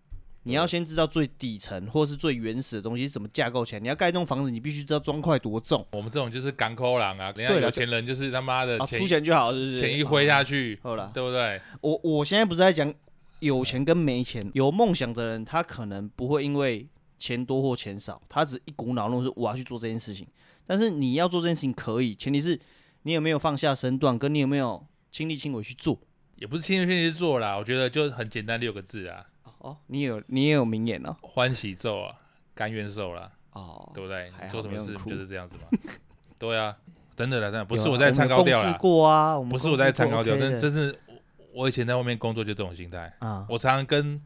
[SPEAKER 1] 你要先知道最底层或是最原始的东西是怎么架构起来。你要盖一栋房子，你必须知道砖块多重，
[SPEAKER 3] 我们这种就是港口狼啊，人家
[SPEAKER 1] 对了
[SPEAKER 3] 有钱人就是他妈的
[SPEAKER 1] 啊，
[SPEAKER 3] 钱
[SPEAKER 1] 出钱就好，是不是？
[SPEAKER 3] 钱一挥
[SPEAKER 1] 啊
[SPEAKER 3] 下去，
[SPEAKER 1] 好了，
[SPEAKER 3] 对不对？
[SPEAKER 1] 我我现在不是在讲有钱跟没钱，有梦想的人他可能不会因为钱多或钱少，他只一股脑弄是我要去做这件事情。但是你要做这件事情可以，前提是你有没有放下身段，跟你有没有亲力亲为去做。
[SPEAKER 3] 也不是轻易去做啦，我觉得就很简单六个字啊，
[SPEAKER 1] 哦，你也有你也有名言哦。
[SPEAKER 3] 欢喜咒啊，甘愿受啦，
[SPEAKER 1] 哦，
[SPEAKER 3] 对不对？
[SPEAKER 1] 还好
[SPEAKER 3] 你做什么
[SPEAKER 1] 没有很
[SPEAKER 3] 事
[SPEAKER 1] 酷
[SPEAKER 3] 就是这样子嘛。 <laughs> 对啊，真的啦，真的不
[SPEAKER 1] 有啊
[SPEAKER 3] 是我在唱高调
[SPEAKER 1] 我们有共事，
[SPEAKER 3] 啦
[SPEAKER 1] 过啊，我们
[SPEAKER 3] 不是我在唱
[SPEAKER 1] 共
[SPEAKER 3] 高
[SPEAKER 1] 事
[SPEAKER 3] 调，
[SPEAKER 1] 过
[SPEAKER 3] 但
[SPEAKER 1] OK
[SPEAKER 3] 真
[SPEAKER 1] 的
[SPEAKER 3] 是我我以前在外面工作就这种心态。
[SPEAKER 1] 啊，
[SPEAKER 3] 我常常跟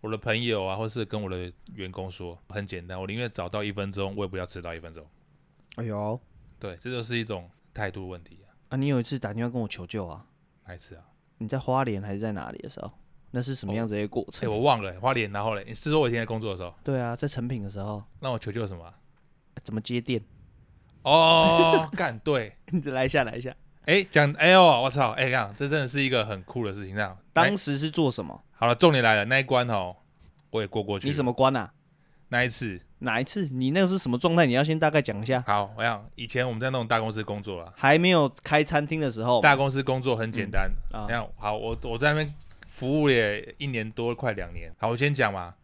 [SPEAKER 3] 我的朋友啊，或是跟我的员工说，很简单，我宁愿早到一分钟，我也不要迟到一分钟。
[SPEAKER 1] 哎呦
[SPEAKER 3] 对，这就是一种态度问题啊。
[SPEAKER 1] 啊，你有一次打电话跟我求救啊，
[SPEAKER 3] 哪一次啊？
[SPEAKER 1] 你在花莲还是在哪里的时候？那是什么样子的一个过
[SPEAKER 3] 哎、
[SPEAKER 1] 程？
[SPEAKER 3] 我忘了、花莲，然后嘞，你是说我以前在工作的时候，
[SPEAKER 1] 对啊，在成品的时候
[SPEAKER 3] 让我求救什么啊、
[SPEAKER 1] 怎么接电？
[SPEAKER 3] 哦，干对，
[SPEAKER 1] 来一下，来一下。
[SPEAKER 3] 哎、讲，哎呦，我操，哎、看，这真的是一个很酷的事情。这样，那
[SPEAKER 1] 当时是做什么？
[SPEAKER 3] 好了，重点来了，那一关哦，我也过过去。
[SPEAKER 1] 你什
[SPEAKER 3] 么？
[SPEAKER 1] 么关啊？
[SPEAKER 3] 那一次，
[SPEAKER 1] 哪一次？你那个是什么状态？你要先大概讲一下。
[SPEAKER 3] 好，我想以前我们在那种大公司工作啦，
[SPEAKER 1] 还没有开餐厅的时候嘛，
[SPEAKER 3] 大公司工作很简单，
[SPEAKER 1] 哦嗯啊
[SPEAKER 3] 你看，好，我我在那边服务也一年多，快两年。好，我先讲嘛。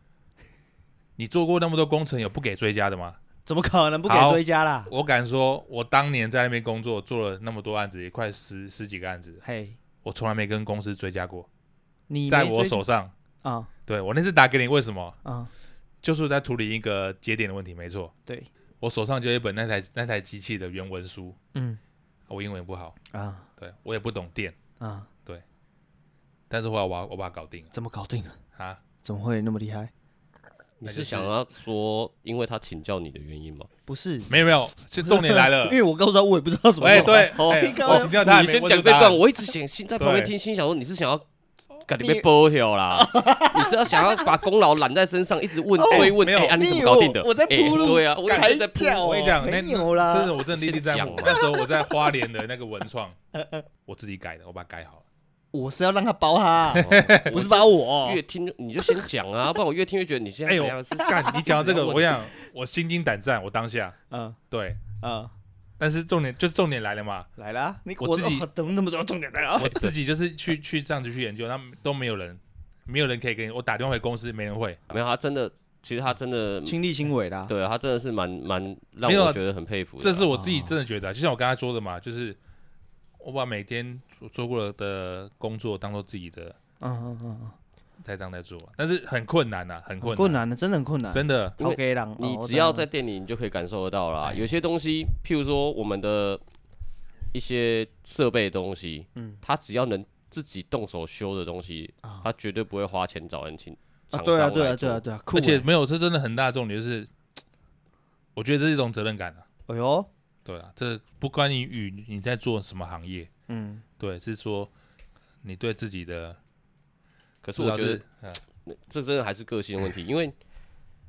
[SPEAKER 3] 你做过那么多工程，有不给追加的吗？
[SPEAKER 1] 怎么可能不给
[SPEAKER 3] 好
[SPEAKER 1] 追加啦？
[SPEAKER 3] 我敢说，我当年在那边工作，做了那么多案子，也快十十几个案子，
[SPEAKER 1] 嘿，
[SPEAKER 3] 我从来没跟公司追加过，
[SPEAKER 1] 你
[SPEAKER 3] 在
[SPEAKER 1] 没
[SPEAKER 3] 我
[SPEAKER 1] 追
[SPEAKER 3] 手上。
[SPEAKER 1] 啊
[SPEAKER 3] 对我那次打给你，为什么？
[SPEAKER 1] 啊，
[SPEAKER 3] 就是在处理一个节点的问题，没错。
[SPEAKER 1] 对，
[SPEAKER 3] 我手上就有一本那台那台机器的原文书，
[SPEAKER 1] 嗯
[SPEAKER 3] 我英文也不好，
[SPEAKER 1] 啊
[SPEAKER 3] 对我也不懂电，
[SPEAKER 1] 啊，
[SPEAKER 3] 但是后来我把我把它搞定了
[SPEAKER 1] 怎么搞定了？
[SPEAKER 3] 啊。
[SPEAKER 1] 怎么会那么厉害？
[SPEAKER 2] 你
[SPEAKER 3] 就是是
[SPEAKER 2] 想要说因为他请教你的原因吗？
[SPEAKER 1] 不是，
[SPEAKER 3] 没有没有，是重点来了
[SPEAKER 1] <laughs> 因。为我告诉他，我也不知道怎么
[SPEAKER 3] 哎，
[SPEAKER 1] 弄啊。
[SPEAKER 3] 对，
[SPEAKER 2] 哦
[SPEAKER 3] 哎
[SPEAKER 1] 你刚
[SPEAKER 3] 我
[SPEAKER 1] 刚
[SPEAKER 3] 请教他，
[SPEAKER 2] 你
[SPEAKER 3] 没
[SPEAKER 2] 先
[SPEAKER 3] 问
[SPEAKER 2] 讲
[SPEAKER 3] 出
[SPEAKER 2] 这
[SPEAKER 3] 答案
[SPEAKER 2] 段，我一直想心在旁边
[SPEAKER 3] 对
[SPEAKER 2] 听，心想说你是想要感觉
[SPEAKER 1] 你
[SPEAKER 2] 被剥掉啦，你是要想要把功劳揽在身上，一直问
[SPEAKER 1] 哦
[SPEAKER 2] 追问，
[SPEAKER 3] 没有
[SPEAKER 2] 哎啊你怎
[SPEAKER 1] 以
[SPEAKER 2] 么
[SPEAKER 1] 为
[SPEAKER 2] 搞定的？
[SPEAKER 1] 我我在
[SPEAKER 2] 哎
[SPEAKER 1] 铺路
[SPEAKER 2] 对啊，我
[SPEAKER 1] 干
[SPEAKER 2] 也在铺
[SPEAKER 1] 抬轿
[SPEAKER 2] 路
[SPEAKER 1] 哦
[SPEAKER 3] 我跟你讲，那
[SPEAKER 1] 没有啦
[SPEAKER 3] 真的我真的历历在目
[SPEAKER 2] 先。讲
[SPEAKER 3] 那时候我在花莲的那个文
[SPEAKER 1] <laughs>
[SPEAKER 3] 创，我自己改的，我把它改好了。
[SPEAKER 1] 我是要让他包
[SPEAKER 3] <laughs>
[SPEAKER 1] 他，
[SPEAKER 2] 哦
[SPEAKER 1] 不是包我。
[SPEAKER 2] 越听就你就先
[SPEAKER 1] <laughs>
[SPEAKER 2] 讲啊，不然我越听越觉得你现在
[SPEAKER 3] 哎呦
[SPEAKER 2] 怎样是，
[SPEAKER 3] 干，你讲到这个，
[SPEAKER 2] 我
[SPEAKER 3] 我想我心惊胆战，我当下
[SPEAKER 1] 嗯
[SPEAKER 3] 对，
[SPEAKER 1] 嗯，
[SPEAKER 3] 但是重点就是重点来了嘛，
[SPEAKER 1] 来啦，你
[SPEAKER 3] 我自己
[SPEAKER 1] 哦怎么那么多重点来啊？
[SPEAKER 3] 我自己就是去去这样子去研究，他们都没有人，没有人可以给你，我打电话回公司，没人会。
[SPEAKER 2] 没有他真的，其实他真的，
[SPEAKER 1] 亲力亲为啦。
[SPEAKER 2] 对他真的是蛮蛮让
[SPEAKER 3] 没有
[SPEAKER 2] 我
[SPEAKER 3] 啊
[SPEAKER 2] 觉得很佩服的啊。
[SPEAKER 3] 这是我自己真的觉得啊，就像我刚才说的嘛，就是我把每天做做过的工作当做自己的
[SPEAKER 1] 嗯嗯嗯
[SPEAKER 3] 在这样在做，但是很困难呐、很
[SPEAKER 1] 嗯，
[SPEAKER 3] 困
[SPEAKER 1] 困难的，真的很困难。
[SPEAKER 3] 真的。
[SPEAKER 2] 因为
[SPEAKER 1] 好给狼，
[SPEAKER 2] 你
[SPEAKER 1] 哦哎
[SPEAKER 2] 只要在，店里，你就可以感受得到啦。有些东西，譬如说我们的一些设备的东西，
[SPEAKER 1] 嗯
[SPEAKER 2] 他只要能自己动手修的东西，
[SPEAKER 1] 啊
[SPEAKER 2] 他绝对不会花钱找人请
[SPEAKER 1] 啊，
[SPEAKER 2] 厂商
[SPEAKER 1] 对
[SPEAKER 2] 来
[SPEAKER 1] 啊，对啊，
[SPEAKER 2] 做
[SPEAKER 1] 对啊，，对啊，酷
[SPEAKER 3] 而且
[SPEAKER 1] 欸
[SPEAKER 3] 没有，这真的很大重点，就是我觉得这是一种责任感啊。
[SPEAKER 1] 哎呦，
[SPEAKER 3] 对啊，这不关于与你在做什么行业，
[SPEAKER 1] 嗯，
[SPEAKER 3] 对，是说你对自己的，
[SPEAKER 2] 可是我觉
[SPEAKER 1] 啊
[SPEAKER 2] 得
[SPEAKER 3] 得，
[SPEAKER 2] 这真的还是个性问题，因为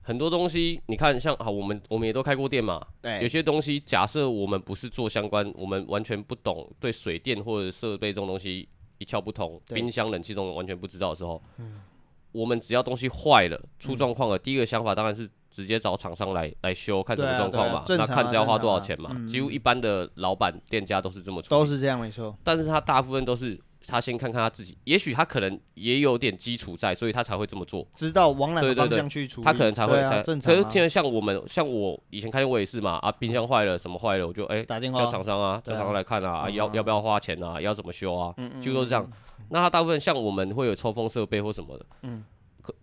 [SPEAKER 2] 很多东西，你看像好，我们我们也都开过店嘛，有
[SPEAKER 1] 对，
[SPEAKER 2] 些东西假设我们不是做相关，我们完全不懂，对水电或者设备这种东西一窍不通，
[SPEAKER 1] 对嗯
[SPEAKER 2] 冰箱、冷气这种完全不知道的时候，我们只要东西坏了、出状况了，第一个想法当然是直接找厂商来来修，看什
[SPEAKER 1] 对
[SPEAKER 2] 么
[SPEAKER 1] 啊
[SPEAKER 2] 状况
[SPEAKER 1] 对啊
[SPEAKER 2] 嘛，
[SPEAKER 1] 正
[SPEAKER 2] 那
[SPEAKER 1] 常啊
[SPEAKER 2] 看这要花多少
[SPEAKER 1] 正
[SPEAKER 2] 钱
[SPEAKER 1] 常
[SPEAKER 2] 嘛
[SPEAKER 1] 啊。嗯
[SPEAKER 2] 几乎一般的老板、店家都是这么处
[SPEAKER 1] 都
[SPEAKER 2] 理，
[SPEAKER 1] 是这样，没错，
[SPEAKER 2] 但是他大部分都是他先看看他自己，也许他可能也有点基础在，所以他才会这么做。
[SPEAKER 1] 知道往哪个
[SPEAKER 2] 对对
[SPEAKER 1] 方
[SPEAKER 2] 对
[SPEAKER 1] 向去处理，
[SPEAKER 2] 他可能才会
[SPEAKER 1] 对
[SPEAKER 2] 才，
[SPEAKER 1] 啊正常
[SPEAKER 2] 可是
[SPEAKER 1] 啊，
[SPEAKER 2] 现在像我们，像我以前开店我也是嘛，啊，冰箱坏了什么坏了，我就哎、
[SPEAKER 1] 打电
[SPEAKER 2] 叫
[SPEAKER 1] 话，
[SPEAKER 2] 厂商啊，叫
[SPEAKER 1] 对啊
[SPEAKER 2] 厂商来看啊，啊
[SPEAKER 1] 嗯
[SPEAKER 2] 要
[SPEAKER 1] 嗯
[SPEAKER 2] 要不要花钱啊，要怎么修啊，
[SPEAKER 1] 嗯
[SPEAKER 2] 就都是这样。那他大部分像我们会有抽风设备或什么的，
[SPEAKER 1] 嗯
[SPEAKER 2] 可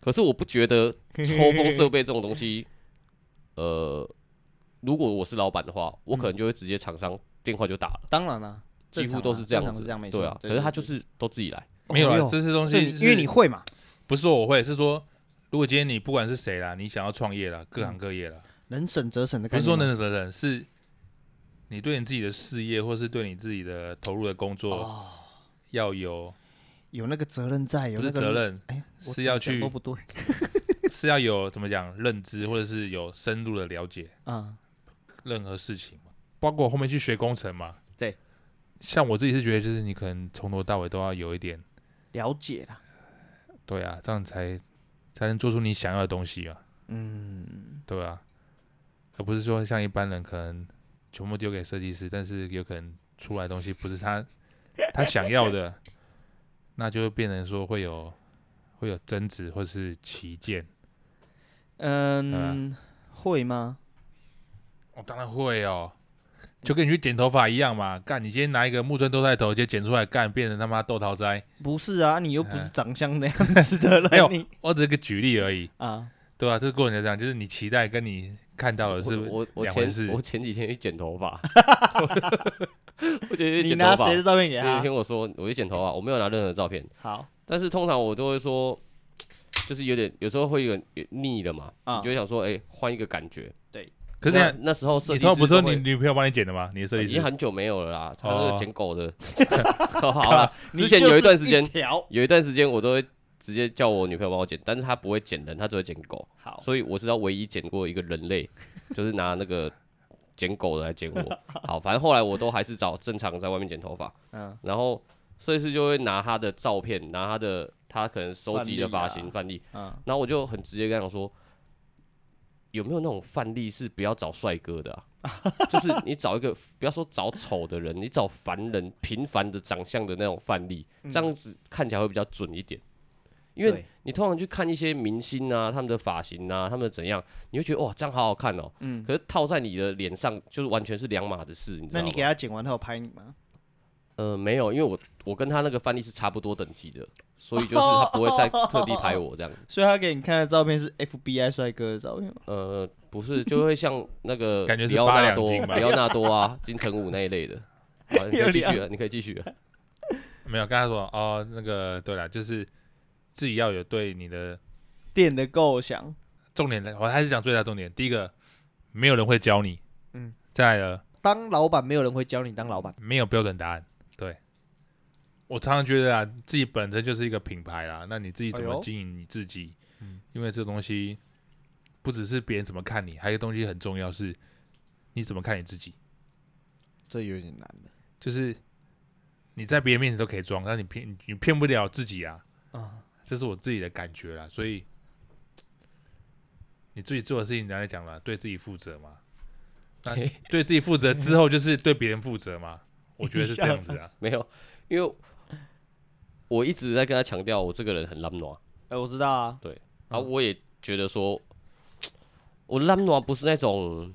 [SPEAKER 2] 可是我不觉得抽风设备这种
[SPEAKER 1] <laughs>
[SPEAKER 2] 东西，呃，如果我是老板的话，我可能就会直接厂商电话就打了，
[SPEAKER 1] 当然了，
[SPEAKER 2] 几
[SPEAKER 1] 正常
[SPEAKER 2] 乎
[SPEAKER 1] 啊
[SPEAKER 2] 都是这
[SPEAKER 1] 正
[SPEAKER 2] 样
[SPEAKER 1] 常
[SPEAKER 2] 子，
[SPEAKER 1] 是这样没错
[SPEAKER 2] 对啊，
[SPEAKER 1] 对
[SPEAKER 2] 可是他
[SPEAKER 1] 对
[SPEAKER 2] 就是都自己来，
[SPEAKER 3] 没有
[SPEAKER 1] 哎
[SPEAKER 3] 啦，
[SPEAKER 1] 呦
[SPEAKER 3] 这些东
[SPEAKER 1] 这
[SPEAKER 3] 西
[SPEAKER 1] 你
[SPEAKER 3] 就是，
[SPEAKER 1] 因为你会嘛，
[SPEAKER 3] 不是说我会，是说如果今天你不管是谁啦，你想要创业啦，各行各业啦，
[SPEAKER 1] 能省则省的
[SPEAKER 3] 不
[SPEAKER 1] 概
[SPEAKER 3] 是
[SPEAKER 1] 念嘛，
[SPEAKER 3] 说能责任，是你对你自己的事业，或是对你自己的投入的工作
[SPEAKER 1] 哦，
[SPEAKER 3] 要有，
[SPEAKER 1] 有那个责任在，有
[SPEAKER 3] 不
[SPEAKER 1] 那
[SPEAKER 3] 是
[SPEAKER 1] 个
[SPEAKER 3] 责，任， <laughs>
[SPEAKER 1] 哎，我
[SPEAKER 3] 是要
[SPEAKER 1] 怎么讲
[SPEAKER 3] 去
[SPEAKER 1] 都不对，
[SPEAKER 3] 是要有怎么讲认知，或者是有深入的了解
[SPEAKER 1] 啊，
[SPEAKER 3] 任何事情嘛，包括我后面去学工程嘛，
[SPEAKER 1] 对。
[SPEAKER 3] 像我自己是觉得，就是你可能从头到尾都要有一点，
[SPEAKER 1] 了解啦，
[SPEAKER 3] 对啊，这样才才能做出你想要的东西啊嘛。
[SPEAKER 1] 嗯，
[SPEAKER 3] 对啊，而不是说像一般人可能全部丢给设计师，但是有可能出来的东西不是他他想要的，那就会变成说会有会有争执或是旗舰。啊
[SPEAKER 1] 嗯，会吗？
[SPEAKER 3] 我、当然会哦，就跟你去剪头发一样嘛，干你今天拿一个木村多菜头，直接剪出来干，变成他妈豆桃斋。
[SPEAKER 1] 不是啊，你又不是
[SPEAKER 3] 哎
[SPEAKER 1] 长相那样子的
[SPEAKER 3] <laughs> 没有
[SPEAKER 1] 人，你
[SPEAKER 3] 我只是个举例而已，
[SPEAKER 1] 啊，
[SPEAKER 3] 对啊，这个过程就这样，就是你期待跟你看到的是
[SPEAKER 2] 我我我
[SPEAKER 3] 两回
[SPEAKER 2] 前
[SPEAKER 3] 事
[SPEAKER 2] 我前几天去剪头
[SPEAKER 1] <laughs>
[SPEAKER 2] 发，我觉得
[SPEAKER 1] 你
[SPEAKER 2] 剪
[SPEAKER 1] 拿
[SPEAKER 2] 头发
[SPEAKER 1] 谁，的照片给
[SPEAKER 2] 你
[SPEAKER 1] 他？
[SPEAKER 2] 听我说，我去剪头发，我没有拿任何照片。
[SPEAKER 1] 好，
[SPEAKER 2] 但是通常我都会说，就是有点有时候会有点腻了嘛，
[SPEAKER 1] 啊
[SPEAKER 2] 你就会想说，哎、换一个感觉。
[SPEAKER 3] 可是
[SPEAKER 2] 那
[SPEAKER 3] 你
[SPEAKER 2] 那时候设
[SPEAKER 3] 你
[SPEAKER 2] 计
[SPEAKER 3] 头发
[SPEAKER 2] 师
[SPEAKER 3] 不是说
[SPEAKER 2] 都
[SPEAKER 3] 你
[SPEAKER 2] 会
[SPEAKER 3] 女朋友帮你剪的吗？你的设
[SPEAKER 2] 已
[SPEAKER 3] 计师
[SPEAKER 2] 经很久没有了啦，他
[SPEAKER 3] 哦
[SPEAKER 2] 那个剪狗
[SPEAKER 3] <laughs>
[SPEAKER 2] 的。好了，之前有一段时间
[SPEAKER 1] 你就是一，条
[SPEAKER 2] 有一段时间我都会直接叫我女朋友帮我剪，但是她不会剪人，她只会剪狗，
[SPEAKER 1] 好，
[SPEAKER 2] 所以我知道唯一剪过一个人类， <laughs> 就是拿那个剪狗的来剪我。好，反正后来我都还是找正常在外面剪头发。
[SPEAKER 1] 嗯，
[SPEAKER 2] 然后设计师就会拿他的照片，拿他的他可能收集的发型范例，
[SPEAKER 1] 嗯，
[SPEAKER 2] 然后我就很直接跟他讲说，有没有那种范例是不要找帅哥的、啊？ <laughs> 就是你找一个不要说找丑的人，你找凡人平凡的长相的那种范例，这样子看起来会比较准一点。因
[SPEAKER 1] 嗯
[SPEAKER 2] 为
[SPEAKER 1] 对
[SPEAKER 2] 你通常去看一些明星啊，他们的发型啊，他们的怎样，你会觉得哇，这样好好看哦。
[SPEAKER 1] 嗯
[SPEAKER 2] 可是套在你的脸上，就是完全是两码的事，你知
[SPEAKER 1] 那
[SPEAKER 2] 道吗
[SPEAKER 1] 你？给他剪完，他有拍你吗？
[SPEAKER 2] 呃，没有，因为我我跟他那个范例是差不多等级的，所以就是他不会
[SPEAKER 1] <laughs>
[SPEAKER 2] 再特地拍我这样子。
[SPEAKER 1] 所以他给你看的照片是 FBI 帅哥的照片吗？
[SPEAKER 2] 呃，不是，就会像那个
[SPEAKER 3] <laughs> 感觉是
[SPEAKER 2] 里奥
[SPEAKER 3] 八
[SPEAKER 2] 纳
[SPEAKER 3] 两
[SPEAKER 2] 多、
[SPEAKER 3] 金吧啊
[SPEAKER 2] 里奥纳多啊、 <laughs> 金城武那一类
[SPEAKER 3] <laughs>
[SPEAKER 2] 的。好，你可以继续啊了，你可以继续了。
[SPEAKER 3] 没有，刚才说哦，那个对了，就是自己要有对你的
[SPEAKER 1] 电的构想，
[SPEAKER 3] 重点的，我还是讲最大重点。第一个，没有人会教你，
[SPEAKER 1] 嗯，
[SPEAKER 3] 再来了，
[SPEAKER 1] 当老板没有人会教你当老板，
[SPEAKER 3] 没有标准答案。对，我常常觉得啊，自己本身就是一个品牌啦，那你自己怎
[SPEAKER 1] 哎
[SPEAKER 3] 么
[SPEAKER 1] 呦
[SPEAKER 3] 经营你自己？
[SPEAKER 1] 嗯
[SPEAKER 3] 因为这东西不只是别人怎么看你，还有一个东西很重要是，你怎么看你自己。
[SPEAKER 1] 这有点难的
[SPEAKER 3] 就是你在别人面前都可以装，但你骗你骗不了自己啊。
[SPEAKER 1] 啊。
[SPEAKER 3] 这是我自己的感觉啦，所以你自己做的事情，人家讲了，对自己负责嘛。那对自己负责之后，就是对别人负
[SPEAKER 2] <laughs>
[SPEAKER 3] 责嘛。我觉得是这样子啊。
[SPEAKER 2] <laughs> 没有，因为我一直在跟他强调，我这个人很懒惰，
[SPEAKER 3] 嗯
[SPEAKER 1] 哎，我知道啊，
[SPEAKER 2] 然后我也觉得说，我懒惰不是那种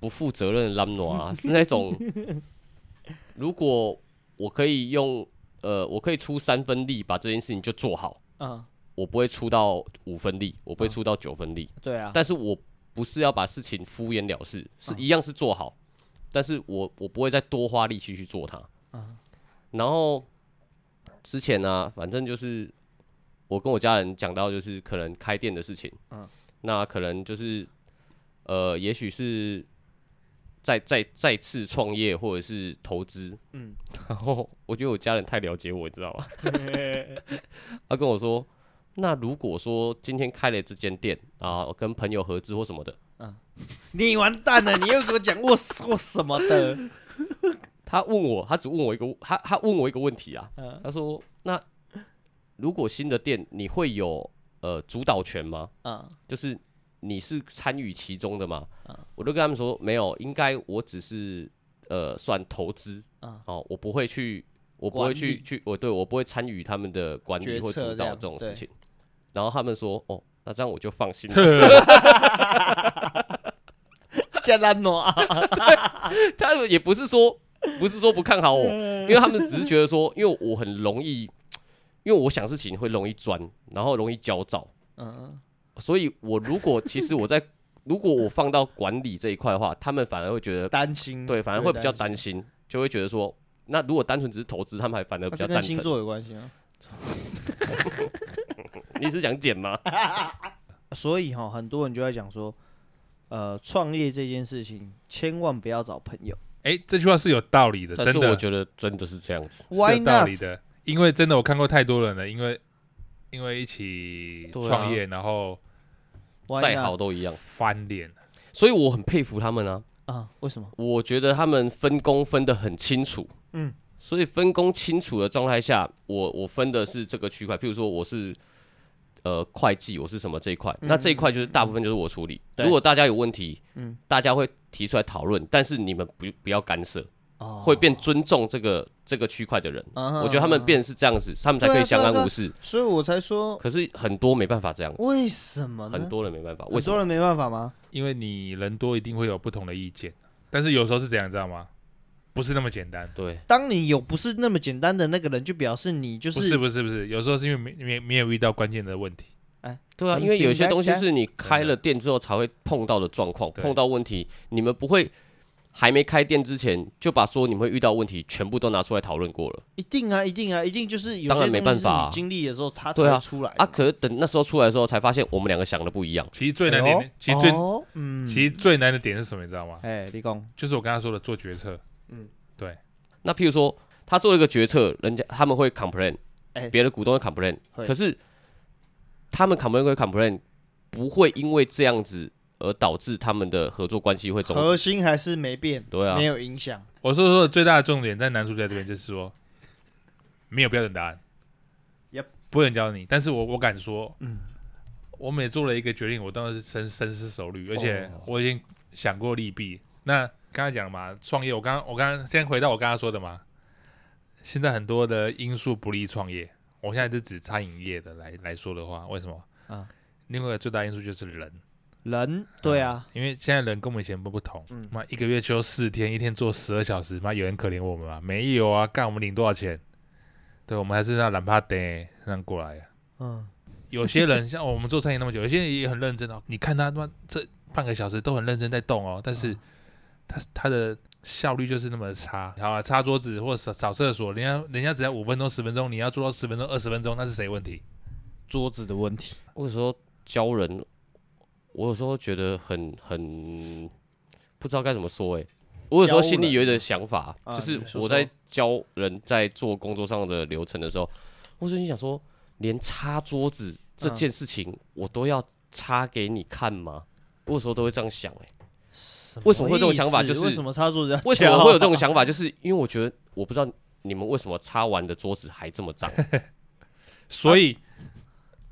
[SPEAKER 2] 不负责任的懒惰
[SPEAKER 3] <laughs>
[SPEAKER 2] 啊，是那种如果我可以用呃，我可以出三分力把这件事情就做好，
[SPEAKER 1] 嗯，
[SPEAKER 2] 我不会出到五分力，我
[SPEAKER 3] 嗯
[SPEAKER 2] 不会出到九分力。
[SPEAKER 1] 对啊，哦
[SPEAKER 2] 但是我不是要把事情敷衍了事，是一样是做好，但是我我不会再多花力气去做它。
[SPEAKER 1] 嗯
[SPEAKER 2] 然后之前呢、啊反正就是我跟我家人讲到，就是可能开店的事情，
[SPEAKER 1] 嗯
[SPEAKER 2] 那可能就是呃，也许是再再再次创业或者是投资，
[SPEAKER 1] 嗯，
[SPEAKER 2] 然后我觉得我家人太了解我，你知道
[SPEAKER 1] <laughs>
[SPEAKER 2] 吗？
[SPEAKER 1] 嘿
[SPEAKER 2] 他跟我说，那如果说今天开了这间店啊，
[SPEAKER 1] 嗯
[SPEAKER 2] 我跟朋友合资或什么的，
[SPEAKER 1] 你完蛋了，你又给我讲我我什么的， <laughs>
[SPEAKER 2] 他问我，他只问我一个，他他问我一个问题啊，
[SPEAKER 1] 嗯
[SPEAKER 2] 他说，那如果新的店你会有呃主导权吗？
[SPEAKER 1] 啊
[SPEAKER 2] 就是你是参与其中的嘛？
[SPEAKER 1] 嗯
[SPEAKER 2] 我就跟他们说，没有，应该我只是呃算投资
[SPEAKER 1] 啊
[SPEAKER 2] 哦，我不会去，我不会
[SPEAKER 1] 管
[SPEAKER 2] 去
[SPEAKER 1] 理
[SPEAKER 2] 去，我对我不会参与他们的管理
[SPEAKER 1] 决
[SPEAKER 2] 或
[SPEAKER 1] 策
[SPEAKER 2] 主
[SPEAKER 1] 这
[SPEAKER 2] 导
[SPEAKER 1] 样
[SPEAKER 2] 这种
[SPEAKER 1] 对
[SPEAKER 2] 事情。然后他们说，哦，那这样我就放心了。
[SPEAKER 1] 加烂暖，
[SPEAKER 2] 他们也不是说不是说不看好我，
[SPEAKER 1] 嗯
[SPEAKER 2] 因为他们只是觉得说，因为我很容易，因为我想事情会容易钻，然后容易焦躁，
[SPEAKER 1] 嗯，
[SPEAKER 2] 所以我如果其实我
[SPEAKER 1] <laughs>
[SPEAKER 2] 在如果我放到管理这一块的话，他们反而会觉得
[SPEAKER 1] 担心，
[SPEAKER 2] 对，反而会比较担心，就会觉得说。那如果单纯只是投资，他们还反而
[SPEAKER 1] 那
[SPEAKER 2] 比
[SPEAKER 1] 这
[SPEAKER 2] 较
[SPEAKER 1] 跟
[SPEAKER 2] 赞
[SPEAKER 1] 星
[SPEAKER 2] 成。
[SPEAKER 1] 座有关系啊。
[SPEAKER 2] 你是想减吗？
[SPEAKER 1] 所以哈，很多人就在讲说，呃，创业这件事情千万不要找朋友。
[SPEAKER 3] 哎、这句话是有道理的，
[SPEAKER 2] 但是
[SPEAKER 3] 真
[SPEAKER 2] 我
[SPEAKER 3] 的啊
[SPEAKER 2] 觉得真的是这样子。
[SPEAKER 3] 是
[SPEAKER 1] Why
[SPEAKER 3] 有道
[SPEAKER 1] not？
[SPEAKER 3] 理的，因为真的我看过太多人了，因为因为一起
[SPEAKER 2] 对啊
[SPEAKER 3] 创业、然后
[SPEAKER 1] Why
[SPEAKER 2] 再
[SPEAKER 1] not？
[SPEAKER 2] 好都一样，
[SPEAKER 3] 翻脸，
[SPEAKER 2] 所以我很佩服他们啊。
[SPEAKER 1] 啊，为什么？
[SPEAKER 2] 我觉得他们分工分得很清楚，
[SPEAKER 1] 嗯，
[SPEAKER 2] 所以分工清楚的状态下，我我分的是这个区块，譬如说我是呃会计，我是什么这一块，那这一块就是大部分就是我处理。
[SPEAKER 1] 嗯对
[SPEAKER 2] 如果大家有问题，
[SPEAKER 1] 嗯，
[SPEAKER 2] 大家会提出来讨论，但是你们不不要干涉，
[SPEAKER 1] 哦，
[SPEAKER 2] 会变尊重这个这个区块的人。
[SPEAKER 1] 啊哈，
[SPEAKER 2] 我觉得他们变成是这样子，他们才可
[SPEAKER 1] 对
[SPEAKER 2] 以
[SPEAKER 1] 啊
[SPEAKER 2] 相
[SPEAKER 1] 对啊
[SPEAKER 2] 安无事。
[SPEAKER 1] 所以我才说，
[SPEAKER 2] 可是很多没办法这样，
[SPEAKER 1] 为什么呢？
[SPEAKER 2] 很多人没办法，为
[SPEAKER 1] 很
[SPEAKER 2] 什么
[SPEAKER 1] 多？人没办法吗？
[SPEAKER 3] 因为你人多一定会有不同的意见，但是有时候是怎样，你知道吗？不是那么简单，
[SPEAKER 2] 对，
[SPEAKER 1] 当你有不是那么简单的那个人，就表示你就
[SPEAKER 3] 不是不是不是，有时候是因为没没没有遇到关键的问题，
[SPEAKER 2] 对啊，
[SPEAKER 1] 重
[SPEAKER 2] 因为有
[SPEAKER 1] 新
[SPEAKER 2] 些
[SPEAKER 1] 来
[SPEAKER 2] 东西
[SPEAKER 1] 改
[SPEAKER 2] 是你开了店之后才会碰到的状况，
[SPEAKER 3] 对
[SPEAKER 2] 碰到问题，你们不会还没开店之前就把说你们会遇到问题全部都拿出来讨论过了
[SPEAKER 1] 一定啊，一定啊，一定就是有
[SPEAKER 2] 当然
[SPEAKER 1] 些
[SPEAKER 2] 没
[SPEAKER 1] 东西
[SPEAKER 2] 办
[SPEAKER 1] 是
[SPEAKER 2] 法啊
[SPEAKER 1] 你经历的时候，它才
[SPEAKER 2] 对啊
[SPEAKER 1] 会出来的
[SPEAKER 2] 啊。可是等那时候出来的时候，才发现我们两个想的不一样。
[SPEAKER 3] 其实最难
[SPEAKER 1] 哎呦
[SPEAKER 3] 点，其实最、
[SPEAKER 1] 哦嗯，
[SPEAKER 3] 其实最难的点是什么，你知道吗？
[SPEAKER 1] 哎，立功，
[SPEAKER 3] 就是我刚刚说的做决策，
[SPEAKER 1] 嗯
[SPEAKER 2] 那譬如说，他做了一个决策，人家他们会 complain，
[SPEAKER 1] 哎
[SPEAKER 2] 别的股东会 complain，
[SPEAKER 1] 会
[SPEAKER 2] 可是他们 complain 会 complain，不会因为这样子而导致他们的合作关系会终
[SPEAKER 1] 核
[SPEAKER 2] 止。
[SPEAKER 1] 心还是没变，
[SPEAKER 2] 对啊
[SPEAKER 1] 没，有影响。
[SPEAKER 3] 我说说的最大的重点在男主角这边就是说，没有标准答案
[SPEAKER 1] Yep
[SPEAKER 3] 不能教你。但是我我敢说，
[SPEAKER 1] 嗯
[SPEAKER 3] 我每做了一个决定，我当然是深深思熟虑，而且
[SPEAKER 1] 哦
[SPEAKER 3] 我已经想过利弊。那刚才讲嘛，创业，我刚我刚先回到我刚刚说的嘛，现在很多的因素不利创业。我现在是指餐饮业的来来说的话，为什么？
[SPEAKER 1] 啊，
[SPEAKER 3] 另外一个最大因素就是人，
[SPEAKER 1] 人，对啊，
[SPEAKER 3] 因为现在人跟我们以前不不同
[SPEAKER 1] 嗯，
[SPEAKER 3] 妈、一个月休四天，一天做十二小时，妈有人可怜我们吗？没有啊，干我们领多少钱？对，我们还是让懒趴得这样过来啊。
[SPEAKER 1] 嗯，
[SPEAKER 3] 有些
[SPEAKER 1] <laughs>
[SPEAKER 3] 人像我们做餐饮那么久，有些人也很认真哦。你看他他妈这半个小时都很认真在动哦，但
[SPEAKER 1] 啊
[SPEAKER 3] 是他他的效率就是那么差。好啊，擦桌子或者扫扫厕所，人家人家只要五分钟十分钟，你要做到十分钟二十分钟，那是谁问题？
[SPEAKER 1] 桌子的问题，
[SPEAKER 2] 我有时候教人，我有时候觉得很很不知道该怎么说哎、我有时候心里有一个想法，
[SPEAKER 1] 教人啊
[SPEAKER 2] 就
[SPEAKER 1] 你
[SPEAKER 2] 是
[SPEAKER 1] 说
[SPEAKER 2] 我在教人在做工作上的流程的时候，我最近想说，连擦桌子这
[SPEAKER 1] 嗯
[SPEAKER 2] 件事情我都要擦给你看吗？我有时候都会这样想哎、为什么会有这种想法
[SPEAKER 1] 意思
[SPEAKER 2] 就是
[SPEAKER 1] 为什么插桌子要
[SPEAKER 2] 为什么
[SPEAKER 1] 敲
[SPEAKER 2] 会有这种想法？就是因为我觉得我不知道你们为什么擦完的桌子还这么脏，
[SPEAKER 3] 所以，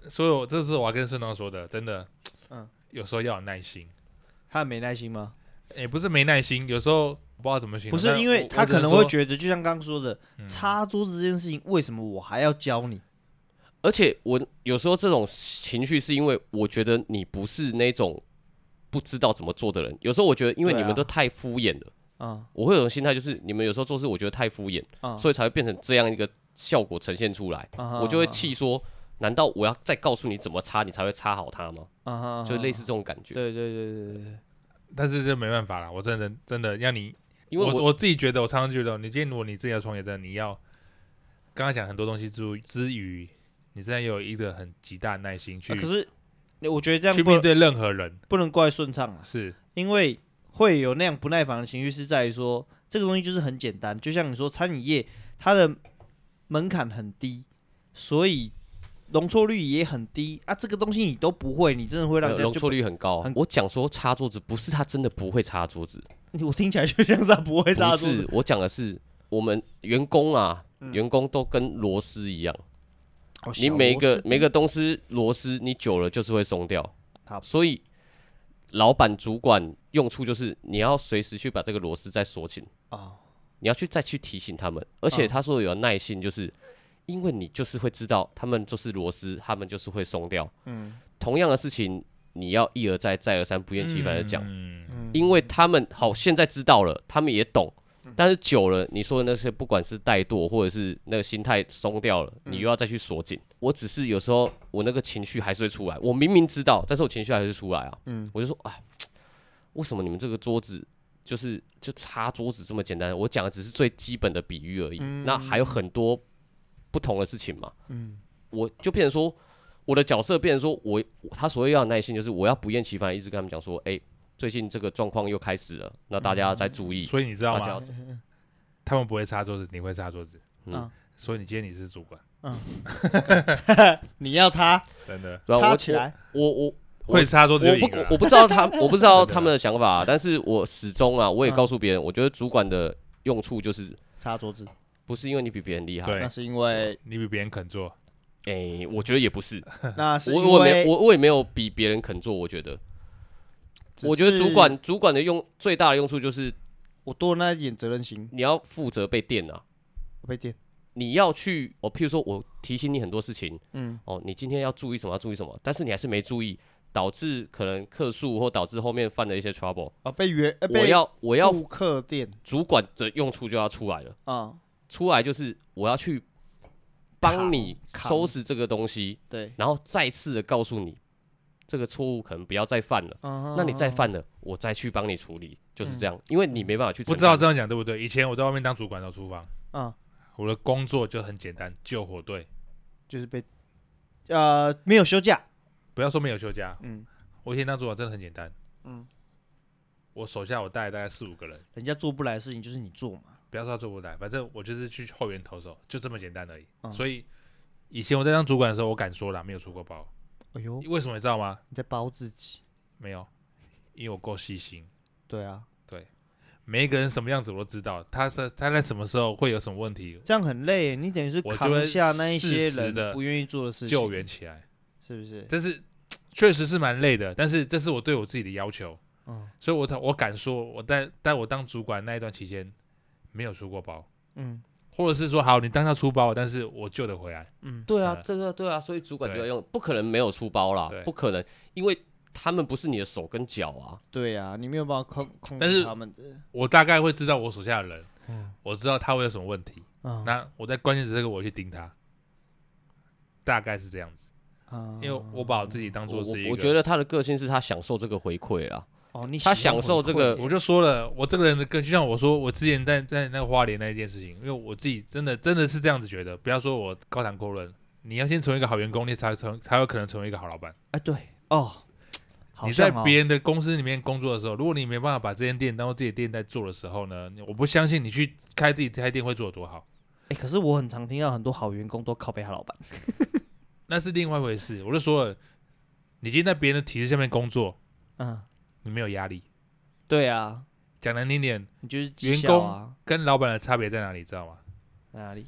[SPEAKER 3] 所以我这是我要跟顺东说的，真的，
[SPEAKER 1] 啊嗯
[SPEAKER 3] 有时候要有耐心。
[SPEAKER 1] <laughs> 他没耐心吗？
[SPEAKER 3] 也不是没耐心，有时候我不知道怎么形容。
[SPEAKER 1] 不
[SPEAKER 3] 但
[SPEAKER 1] 是，因为
[SPEAKER 3] 我
[SPEAKER 1] 他
[SPEAKER 3] 我只
[SPEAKER 1] 可能
[SPEAKER 3] 说
[SPEAKER 1] 会觉得，就像刚刚说的，
[SPEAKER 2] 嗯
[SPEAKER 1] 擦桌子这件事情，为什么我还要教你？
[SPEAKER 2] 而且我有时候这种情绪是因为我觉得你不是那种不知道怎么做的人。有时候我觉得，因为
[SPEAKER 1] 对啊
[SPEAKER 2] 你们都太敷衍了，
[SPEAKER 1] 啊
[SPEAKER 2] 我会有种心态，就是你们有时候做事我觉得太敷衍，
[SPEAKER 1] 啊，
[SPEAKER 2] 所以才会变成这样一个效果呈现出来。
[SPEAKER 1] 啊哈
[SPEAKER 2] 我就会
[SPEAKER 1] 啊哈
[SPEAKER 2] 气说：难道我要再告诉你怎么擦，你才会擦好它吗？
[SPEAKER 1] 啊哈，
[SPEAKER 2] 就类
[SPEAKER 1] 啊
[SPEAKER 2] 似这种感
[SPEAKER 1] 哈，
[SPEAKER 2] 觉。
[SPEAKER 1] 对对对对对对，
[SPEAKER 3] 但是这没办法啦，我真的真的要你
[SPEAKER 2] 因为
[SPEAKER 3] 我
[SPEAKER 2] 我
[SPEAKER 3] 我自己觉得，我常常觉得，你今天如果你自己要创业，真的你要刚刚讲很多东西之之余，你真的有一个很极大的耐心去、
[SPEAKER 1] 啊可是我觉得这
[SPEAKER 3] 去
[SPEAKER 1] 样
[SPEAKER 3] 面
[SPEAKER 1] 不
[SPEAKER 3] 对任何人，
[SPEAKER 1] 不能怪顺畅啊，
[SPEAKER 3] 是
[SPEAKER 1] 因为会有那样不耐烦的情绪，是在于说这个东西就是很简单，就像你说餐饮业它的门槛很低，所以容错率也很低啊。这个东西你都不会，你真的会让
[SPEAKER 2] 呃
[SPEAKER 1] 人
[SPEAKER 2] 容
[SPEAKER 1] 家
[SPEAKER 2] 错
[SPEAKER 1] 就
[SPEAKER 2] 率很高
[SPEAKER 1] 很。
[SPEAKER 2] 我讲说擦桌子，不是他真的不会擦桌子，
[SPEAKER 1] <laughs> 我听起来就像是他不会
[SPEAKER 2] 不
[SPEAKER 1] 扎住。
[SPEAKER 2] 是我讲的是我们员工啊，
[SPEAKER 1] 嗯
[SPEAKER 2] 员工都跟螺丝一样，
[SPEAKER 1] 哦
[SPEAKER 2] 你
[SPEAKER 1] 小
[SPEAKER 2] 每一
[SPEAKER 1] 螺
[SPEAKER 2] 个
[SPEAKER 1] 丝
[SPEAKER 2] 每个东西螺丝，你久了就是会松掉
[SPEAKER 1] 好。
[SPEAKER 2] 所以老板主管用处就是你要随时去把这个螺丝再锁紧，
[SPEAKER 1] 哦，
[SPEAKER 2] 你要去再去提醒他们。而
[SPEAKER 1] 嗯
[SPEAKER 2] 且他说有耐性，就是因为你就是会知道他们就是螺丝，他们就是会松掉。
[SPEAKER 1] 嗯
[SPEAKER 2] 同样的事情，你要一而再、再而三、不厌其烦的讲。
[SPEAKER 3] 嗯，
[SPEAKER 1] 嗯，
[SPEAKER 2] 因为他们好现在知道了，他们也懂，但是久了，你说的那些不管是怠惰或者是那个心态松掉了，
[SPEAKER 3] 嗯
[SPEAKER 2] 你又要再去锁紧。我只是有时候我那个情绪还是会出来，我明明知道，但是我情绪还是出来啊。
[SPEAKER 1] 嗯
[SPEAKER 2] 我就说啊，为什么你们这个桌子就是就擦桌子这么简单？我讲的只是最基本的比喻而已，
[SPEAKER 3] 嗯
[SPEAKER 2] 那还有很多不同的事情嘛。
[SPEAKER 1] 嗯
[SPEAKER 2] 我就变成说，我的角色变成说我我他所谓要有耐心，就是我要不厌其烦一直跟他们讲说，哎、最近这个状况又开始了，那大家要再注意。
[SPEAKER 3] 嗯所以你知道
[SPEAKER 2] 大家要
[SPEAKER 3] 吗？他们不会擦桌子，你会擦桌子，
[SPEAKER 2] 嗯
[SPEAKER 1] 啊
[SPEAKER 3] 所以你今天你是主管，
[SPEAKER 1] 你要擦
[SPEAKER 3] 真的
[SPEAKER 2] 对啊
[SPEAKER 1] 擦起来，
[SPEAKER 2] 我我我
[SPEAKER 3] 会擦桌子就
[SPEAKER 2] 我
[SPEAKER 3] 赢
[SPEAKER 2] 不
[SPEAKER 3] 了啦。
[SPEAKER 2] 我不知
[SPEAKER 1] <laughs>
[SPEAKER 2] 道他我不知道他们的想法、啊但是我始终啊，我
[SPEAKER 1] 嗯
[SPEAKER 2] 也告诉别人，我觉得主管的用处就是
[SPEAKER 1] 擦桌子，
[SPEAKER 2] 不是因为你比别人厉害，
[SPEAKER 3] 对
[SPEAKER 1] 那是因
[SPEAKER 2] <laughs>
[SPEAKER 1] 为
[SPEAKER 3] 你比别人肯做，
[SPEAKER 2] 哎、我觉得也不是，
[SPEAKER 1] 那是因
[SPEAKER 2] 我我没
[SPEAKER 1] 为
[SPEAKER 2] 我我也没有比别人肯做，我觉得，
[SPEAKER 1] 只
[SPEAKER 2] 我觉得主
[SPEAKER 1] 是
[SPEAKER 2] 管主管的用最大的用处就是
[SPEAKER 1] 我多了那一点责任心，
[SPEAKER 2] 你要负责被电啊，
[SPEAKER 1] 我被电，
[SPEAKER 2] 你要去我譬如说我提醒你很多事情
[SPEAKER 1] 嗯
[SPEAKER 2] 哦，你今天要注意什么要注意什么，但是你还是没注意，导致可能客诉或导致后面犯的一些 trouble，
[SPEAKER 1] 啊，被约，呃
[SPEAKER 2] 我
[SPEAKER 1] 被
[SPEAKER 2] 要我要
[SPEAKER 1] 顾客电
[SPEAKER 2] 主管的用处就要出来了，
[SPEAKER 1] 啊，
[SPEAKER 2] 出来就是我要去帮你
[SPEAKER 1] 扛扛
[SPEAKER 2] 收拾这个东西，
[SPEAKER 1] 对，
[SPEAKER 2] 然后再次的告诉你这个错误可能不要再犯了。
[SPEAKER 1] 嗯
[SPEAKER 2] 那你再犯了，我再去帮你处理，就是这样，因为你没办法去承
[SPEAKER 3] 不
[SPEAKER 2] 担。
[SPEAKER 3] 知道这样讲对不对？以前我在外面当主管到厨房，
[SPEAKER 1] 啊，
[SPEAKER 3] 我的工作就很简单，救火队。
[SPEAKER 1] 就是被呃没有休假，
[SPEAKER 3] 不要说没有休假，
[SPEAKER 1] 嗯，
[SPEAKER 3] 我以前当主管真的很简单，
[SPEAKER 1] 嗯，
[SPEAKER 3] 我手下我带了大概四五个人，
[SPEAKER 1] 人家做不来的事情就是你做嘛，
[SPEAKER 3] 不要说他做不来，反正我就是去后援投手，就这么简单而已。
[SPEAKER 1] 嗯
[SPEAKER 3] 所以以前我在当主管的时候，我敢说啦，没有出过包，
[SPEAKER 1] 哎呦，
[SPEAKER 3] 为什么你知道吗？
[SPEAKER 1] 你在包自己，
[SPEAKER 3] 没有，因为我够细心，
[SPEAKER 1] 对啊，
[SPEAKER 3] 每一个人什么样子我都知道，他是他在什么时候会有什么问题，
[SPEAKER 1] 这样很累，你等于是
[SPEAKER 3] 我就
[SPEAKER 1] 扛
[SPEAKER 3] 会
[SPEAKER 1] 下那一些
[SPEAKER 3] 适时
[SPEAKER 1] 人
[SPEAKER 3] 地
[SPEAKER 1] 不愿意做的事情，
[SPEAKER 3] 救援起来，
[SPEAKER 1] 是不是？
[SPEAKER 3] 但是确实是蛮累的，但是这是我对我自己的要求，
[SPEAKER 1] 嗯
[SPEAKER 3] 所以我我敢说，我在在我当主管那一段期间，没有出过包。
[SPEAKER 1] 嗯
[SPEAKER 3] 或者是说好，你当下出包，但是我救得回来。
[SPEAKER 1] 嗯，
[SPEAKER 2] 对啊
[SPEAKER 3] 嗯，
[SPEAKER 2] 这个对啊，所以主管就
[SPEAKER 3] 对
[SPEAKER 2] 要用，不可能没有出包啦
[SPEAKER 3] 对，
[SPEAKER 2] 不可能，因为他们不是你的手跟脚啊。
[SPEAKER 1] 对啊，你没有办法控控
[SPEAKER 3] 但
[SPEAKER 1] 制
[SPEAKER 3] 是
[SPEAKER 1] 他们的，
[SPEAKER 3] 我大概会知道我手下的人，
[SPEAKER 1] 嗯
[SPEAKER 3] 我知道他会有什么问题，
[SPEAKER 1] 啊
[SPEAKER 3] 那我在关键时刻我去盯他，大概是这样子。
[SPEAKER 1] 啊
[SPEAKER 3] 因为我把我自己当
[SPEAKER 2] 我嗯
[SPEAKER 3] 做
[SPEAKER 2] 我
[SPEAKER 3] 是一个，
[SPEAKER 2] 我觉得他的个性是他享受这个回馈啦，
[SPEAKER 1] 哦，你
[SPEAKER 2] 他
[SPEAKER 1] 喜欢
[SPEAKER 2] 享
[SPEAKER 1] 回
[SPEAKER 2] 受这个
[SPEAKER 1] 馈
[SPEAKER 3] 我就说了，我这个人的根，就像我说，我之前在在那个花莲那一件事情，因为我自己真的真的是这样子觉得，不要说我高谈阔论，你要先成为一个好员工，你才成才有可能成为一个好老板。
[SPEAKER 1] 哎，对哦，好
[SPEAKER 3] 你在
[SPEAKER 1] 像哦
[SPEAKER 3] 别人的公司里面工作的时候，如果你没办法把这间店当做自己的店在做的时候呢，我不相信你去开自己开店会做得多好，
[SPEAKER 1] 哎，可是我很常听到很多好员工都拷贝他老板，
[SPEAKER 3] 那是另外一回事。我就说了，你今天在别人的体制下面工作，
[SPEAKER 1] 嗯，
[SPEAKER 3] 你没有压力。
[SPEAKER 1] 对啊，
[SPEAKER 3] 讲难听点，
[SPEAKER 1] 你就是绩
[SPEAKER 3] 员
[SPEAKER 1] 效
[SPEAKER 3] 工
[SPEAKER 1] 啊，
[SPEAKER 3] 跟老板的差别在哪里，知道吗？
[SPEAKER 1] 在哪里？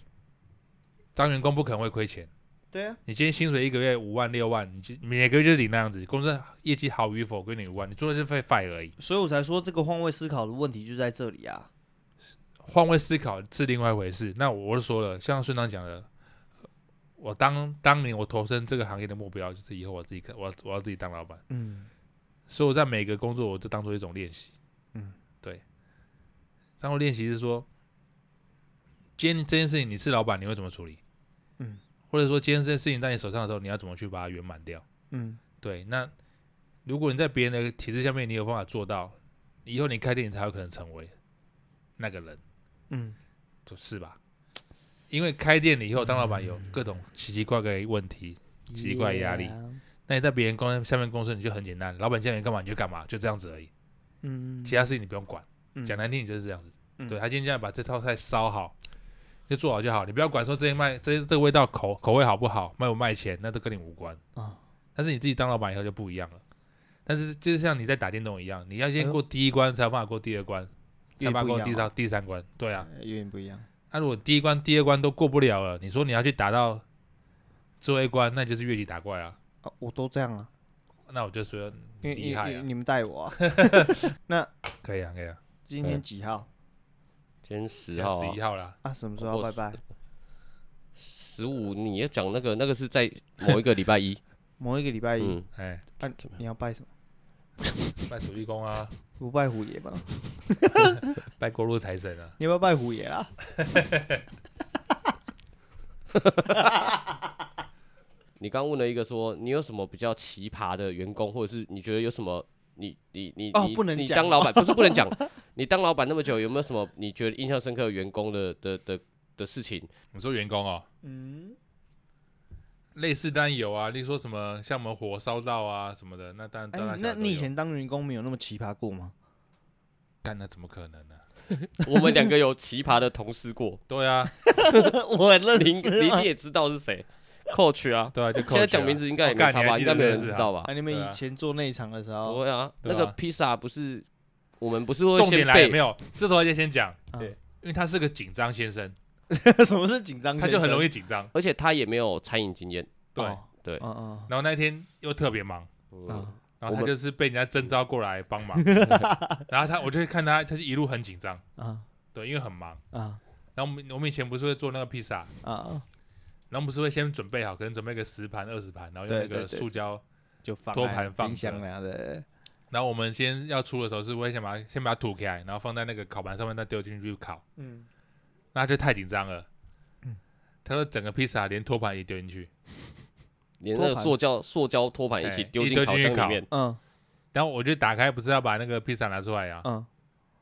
[SPEAKER 3] 当员工不可能会亏钱，
[SPEAKER 1] 对啊，
[SPEAKER 3] 你今天薪水一个月五万六万，你就每个月就领那样子，公司业绩好与否归你五万，你做的是被 fire 而已。
[SPEAKER 1] 所以我才说这个换位思考的问题就在这里啊。
[SPEAKER 3] 换位思考是另外一回事。那我就说了，像顺章讲的，我当当年我投身这个行业的目标就是以后我自己可我要我要自己当老板，
[SPEAKER 1] 嗯，
[SPEAKER 3] 所以我在每个工作我就当做一种练习。
[SPEAKER 1] 嗯，
[SPEAKER 3] 对。然后练习是说，今天这件事情你是老板，你会怎么处理？
[SPEAKER 1] 嗯，
[SPEAKER 3] 或者说今天这件事情在你手上的时候，你要怎么去把它圆满掉？
[SPEAKER 1] 嗯，
[SPEAKER 3] 对，那如果你在别人的体制下面，你有办法做到，以后你开店你才有可能成为。那个人，
[SPEAKER 1] 嗯，
[SPEAKER 3] 就是吧？因为开店了以后，当老板有各种奇奇怪怪的问题，奇怪的压力
[SPEAKER 1] Yeah，
[SPEAKER 3] 那你在别人公司下面公司你就很简单，老板叫你干嘛你就干嘛，就这样子而已，
[SPEAKER 1] 嗯，
[SPEAKER 3] 其他事情你不用管。
[SPEAKER 1] 嗯
[SPEAKER 3] 讲难听，你就是这样子。
[SPEAKER 1] 嗯
[SPEAKER 3] 对他今天这样把这套菜烧好，就做好就好，你不要管说这些卖这这个味道口口味好不好，卖不卖钱，那都跟你无关。
[SPEAKER 1] 啊
[SPEAKER 3] 但是你自己当老板以后就不一样了。但是就像你在打电动一样，你要先过第一关，才有办法过第二关，才有办法过
[SPEAKER 1] 嗯因为不
[SPEAKER 3] 第
[SPEAKER 1] 一样
[SPEAKER 3] 三第三关。对啊，
[SPEAKER 1] 呃有点不一样，
[SPEAKER 3] 那、如果第一关、第二关都过不了了，你说你要去打到最后一关，那就是越级打怪啊。
[SPEAKER 1] 啊我都这样啊，
[SPEAKER 3] 那我就说
[SPEAKER 1] 因为
[SPEAKER 3] 厉害
[SPEAKER 1] 因为
[SPEAKER 3] 啊
[SPEAKER 1] 你们带我
[SPEAKER 3] <laughs>
[SPEAKER 1] 啊。那
[SPEAKER 3] 可以啊，可以啊，
[SPEAKER 1] 今天
[SPEAKER 2] 嗯
[SPEAKER 1] 几号
[SPEAKER 2] 今天十号、
[SPEAKER 3] 十一
[SPEAKER 2] 啊，
[SPEAKER 3] 号啦，
[SPEAKER 1] 啊？什么时候要
[SPEAKER 2] 我
[SPEAKER 1] 拜
[SPEAKER 2] 是
[SPEAKER 1] 拜？
[SPEAKER 2] 十五，你要讲那个，那个是在某一个礼拜一，
[SPEAKER 1] 某一个礼拜一，
[SPEAKER 2] 嗯，
[SPEAKER 3] 哎，
[SPEAKER 1] 啊，你要拜什么？
[SPEAKER 3] 拜土地公啊，
[SPEAKER 1] 不拜虎爷吧？
[SPEAKER 3] 拜过路财神啊，
[SPEAKER 1] 你要不要拜虎爷啊？
[SPEAKER 2] 你刚问了一个说，你有什么比较奇葩的员工，或者是你觉得有什么你你你
[SPEAKER 1] 哦
[SPEAKER 2] 你
[SPEAKER 1] 不能
[SPEAKER 2] 你
[SPEAKER 1] 讲
[SPEAKER 2] 当老板不是不能
[SPEAKER 1] <laughs>
[SPEAKER 2] 讲，你当老板那么久，有没有什么你觉得印象深刻的员工的的的的事情？
[SPEAKER 3] 你说员工哦，
[SPEAKER 1] 嗯，
[SPEAKER 3] 类似当然有啊，例如说什么像我们火烧到啊什么的，那当然
[SPEAKER 1] 哎
[SPEAKER 3] 当然、，
[SPEAKER 1] 那你以前当员工没有那么奇葩过吗？
[SPEAKER 3] 干那怎么可能呢、
[SPEAKER 2] 我们两个有奇葩的同事过，
[SPEAKER 3] 对啊，
[SPEAKER 1] <laughs> 我认
[SPEAKER 2] 林
[SPEAKER 1] 识
[SPEAKER 2] 林
[SPEAKER 1] 啊
[SPEAKER 2] 你也知道是谁，coach 啊，
[SPEAKER 3] 对啊，就
[SPEAKER 2] 现在讲名
[SPEAKER 3] 字，
[SPEAKER 2] 字应该也
[SPEAKER 3] 哦
[SPEAKER 2] 没
[SPEAKER 3] 干
[SPEAKER 2] 差
[SPEAKER 3] 你还
[SPEAKER 2] 吧，
[SPEAKER 3] 记
[SPEAKER 2] 应
[SPEAKER 3] 得
[SPEAKER 2] 该没有
[SPEAKER 3] 这
[SPEAKER 2] 人
[SPEAKER 3] 个
[SPEAKER 2] 知
[SPEAKER 3] 人
[SPEAKER 2] 道吧
[SPEAKER 1] 啊！？你们
[SPEAKER 3] 对啊
[SPEAKER 1] 以前做内场的时
[SPEAKER 2] 不
[SPEAKER 1] 候，
[SPEAKER 2] 会啊，
[SPEAKER 3] 对
[SPEAKER 2] 那
[SPEAKER 3] 啊
[SPEAKER 2] 个披萨不是我们不是会
[SPEAKER 3] 重
[SPEAKER 2] 先
[SPEAKER 3] 点来了
[SPEAKER 2] 背
[SPEAKER 3] 没有？这时候就先讲，
[SPEAKER 1] 啊
[SPEAKER 3] 对，因为他是个紧张先生，
[SPEAKER 1] <laughs> 什么是紧张先
[SPEAKER 3] 他
[SPEAKER 1] 生？
[SPEAKER 3] 就很容易紧张，
[SPEAKER 2] 而且他也没有餐饮经验，
[SPEAKER 3] 对。
[SPEAKER 1] 哦
[SPEAKER 2] 对
[SPEAKER 1] 嗯嗯
[SPEAKER 3] 然后那一天又特别忙，
[SPEAKER 1] 嗯，
[SPEAKER 3] 然后
[SPEAKER 2] 我
[SPEAKER 3] 他
[SPEAKER 2] 们
[SPEAKER 3] 就是被人家征召过来
[SPEAKER 1] <laughs>
[SPEAKER 3] 帮忙， <laughs> 然后他我就看他，他就一路很紧张，
[SPEAKER 1] 啊
[SPEAKER 3] 对，因为很忙。
[SPEAKER 1] 啊
[SPEAKER 3] 然后我们我们以前不是会做那个披萨，
[SPEAKER 1] 啊啊，
[SPEAKER 3] 然后我们不是会先准备好，可能准备个十盘、二十盘，然后用
[SPEAKER 1] 对
[SPEAKER 3] 那个
[SPEAKER 1] 对对
[SPEAKER 3] 塑胶。
[SPEAKER 1] 就放
[SPEAKER 3] 托
[SPEAKER 1] 在
[SPEAKER 3] 盘放
[SPEAKER 1] 冰
[SPEAKER 3] 着
[SPEAKER 1] 箱那的，
[SPEAKER 3] 然后我们先要出的时候是会先把它先把它吐开来，然后放在那个烤盘上面，再丢进去烤。
[SPEAKER 1] 嗯，
[SPEAKER 3] 那他就太紧张了，他说整个披萨连托盘也丢进去。
[SPEAKER 2] 连那个
[SPEAKER 1] 托盘
[SPEAKER 2] 塑胶塑胶托盘一
[SPEAKER 3] 哎
[SPEAKER 2] 起丢
[SPEAKER 3] 一
[SPEAKER 2] 进
[SPEAKER 3] 丢
[SPEAKER 2] 烤
[SPEAKER 3] 进去
[SPEAKER 2] 箱
[SPEAKER 3] 烤
[SPEAKER 2] 里面，
[SPEAKER 1] 嗯
[SPEAKER 3] 然后我就打开，不是要把那个披萨拿出来呀、
[SPEAKER 1] 嗯，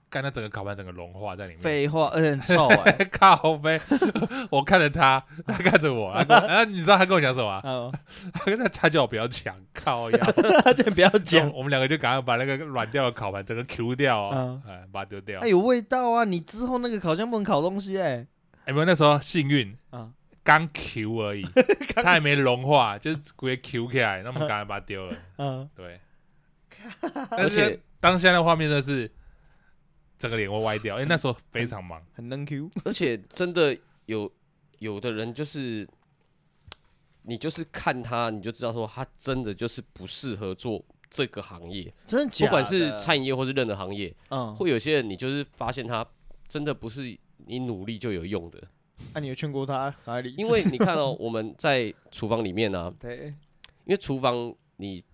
[SPEAKER 3] 干他整个烤盘整个融化在里面。，
[SPEAKER 1] 废话，而且很臭哎
[SPEAKER 3] <laughs> 靠呗！ <laughs> 我看着他，他看
[SPEAKER 1] <laughs>
[SPEAKER 3] 着我，他跟我啊，你知道他跟我讲什么啊？
[SPEAKER 1] 哦，
[SPEAKER 3] <laughs>
[SPEAKER 1] <laughs>
[SPEAKER 3] 他跟他他叫我不要抢，靠呀！
[SPEAKER 1] 大家不要 <laughs> 讲
[SPEAKER 3] 然，后我们两个就赶快把那个软掉的烤盘整个 Q 掉、哦，哎、把它丢掉。
[SPEAKER 1] 哎
[SPEAKER 3] 哎、
[SPEAKER 1] 有味道啊！你之后那个烤箱不能烤东西哎，
[SPEAKER 3] 没有，那时候幸运
[SPEAKER 1] 啊，
[SPEAKER 3] <laughs> 刚 Q 而已，它还没融化，就是直接 Q 起来，那我们赶快把它 <laughs> 丢了。
[SPEAKER 1] 嗯，
[SPEAKER 3] 对，但
[SPEAKER 2] 而且
[SPEAKER 3] 是当下的画面真的是整个脸会歪掉，因为那时候非常忙。
[SPEAKER 1] 很能 Q， <laughs>
[SPEAKER 2] 而且真的有有的人就是，你就是看他，你就知道说他真的就是不适合做这个行业，
[SPEAKER 1] 真的假的？
[SPEAKER 2] 不管是餐饮业或是任何行业，
[SPEAKER 1] 嗯，
[SPEAKER 2] 会有些人你就是发现他真的不是你努力就有
[SPEAKER 1] <laughs>
[SPEAKER 2] 用的，
[SPEAKER 1] 那啊你有劝过他赶快离职？
[SPEAKER 2] 因 <laughs> 为你看哦，我们在厨房里面呢、啊，
[SPEAKER 1] 对，
[SPEAKER 2] 因为厨房你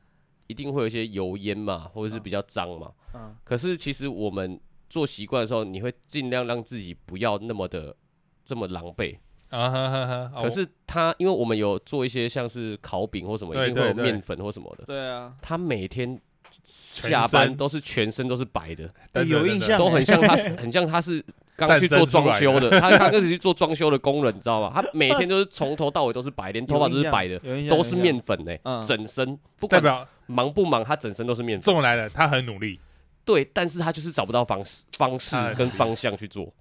[SPEAKER 2] 一定会有一些油烟嘛，或
[SPEAKER 1] 哦
[SPEAKER 2] 者是比较脏嘛，
[SPEAKER 1] 嗯
[SPEAKER 2] 可是其实我们做习惯的时候，你会尽量让自己不要那么的这么狼狈。
[SPEAKER 3] 啊哈哈哈！哦
[SPEAKER 2] 嗯可是它，因为我们有做一些像是烤饼或什么，一
[SPEAKER 3] 对
[SPEAKER 2] 定会有
[SPEAKER 3] 对对
[SPEAKER 2] 面粉或什么的。
[SPEAKER 1] 对啊，
[SPEAKER 2] 他每天
[SPEAKER 3] 身
[SPEAKER 2] 下班都是全身都是白
[SPEAKER 3] <laughs>
[SPEAKER 2] 的，
[SPEAKER 3] 真的
[SPEAKER 1] 哎有印
[SPEAKER 3] 真的
[SPEAKER 1] 象
[SPEAKER 2] 都很像他，很像他是刚
[SPEAKER 3] 战
[SPEAKER 2] 去
[SPEAKER 3] 争
[SPEAKER 2] 做
[SPEAKER 3] 出来
[SPEAKER 2] 装修的，他刚开始去做装修的工人，你知道吗？他每天都是从头到尾都是白，连头发都是
[SPEAKER 3] <laughs>
[SPEAKER 2] 白的，
[SPEAKER 1] 有印象，
[SPEAKER 2] 都是面粉呢
[SPEAKER 1] 嗯，
[SPEAKER 2] 整身不
[SPEAKER 3] 代
[SPEAKER 2] 管
[SPEAKER 3] 表
[SPEAKER 2] 忙不忙，他整身都是面粉。
[SPEAKER 3] 重来了，他很努力。
[SPEAKER 2] 对，但是他就是找不到方式、方式
[SPEAKER 3] 哎
[SPEAKER 2] 跟方向去做。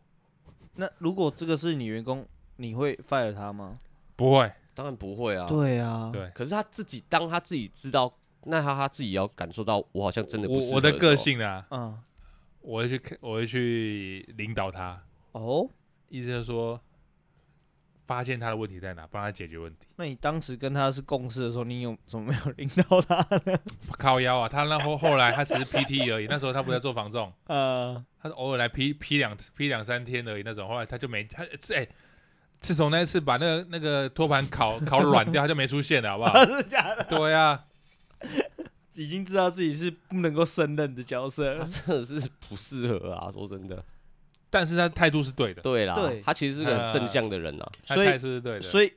[SPEAKER 1] 那如果这个是你员工，你会 fire 他吗？
[SPEAKER 3] 不会，
[SPEAKER 2] 当然不会啊，
[SPEAKER 1] 对啊，
[SPEAKER 3] 对
[SPEAKER 2] 可是他自己，当他自己知道，那他他自己也要感受到，我好像真的不
[SPEAKER 3] 我
[SPEAKER 2] 适合
[SPEAKER 3] 我的
[SPEAKER 2] 时候
[SPEAKER 3] 个，性啊，
[SPEAKER 1] 嗯，
[SPEAKER 3] 我会去看，我会去领导他，
[SPEAKER 1] 哦，
[SPEAKER 3] 意思就是说，发现他的问题在哪，帮他解决问题。
[SPEAKER 1] 那你当时跟他是共事的时候，你有怎么没有领到他 <laughs> 呢？
[SPEAKER 3] 靠腰啊，他那后后来他只是 PT 而已，那时候他不在做防重，
[SPEAKER 1] 呃，
[SPEAKER 3] 他是偶尔来 P P 两 P 两三天而已那种，后来他就没他哎、自从那一次把那个那个托盘烤 <laughs> 烤软掉，他就没出现了，好不
[SPEAKER 1] <laughs>
[SPEAKER 3] 好？
[SPEAKER 1] 真的假的？
[SPEAKER 3] 对啊，
[SPEAKER 1] 已经知道自己是不能够胜任的角色
[SPEAKER 2] 他
[SPEAKER 1] 了。
[SPEAKER 2] <laughs> 真的是不适合啊。说真的，
[SPEAKER 3] 但是他态度是对的，
[SPEAKER 2] 对啦，
[SPEAKER 1] 对
[SPEAKER 2] 他其实是个很正向的人啊。
[SPEAKER 3] 他
[SPEAKER 1] 所以
[SPEAKER 3] 态度是对的，
[SPEAKER 1] 所以，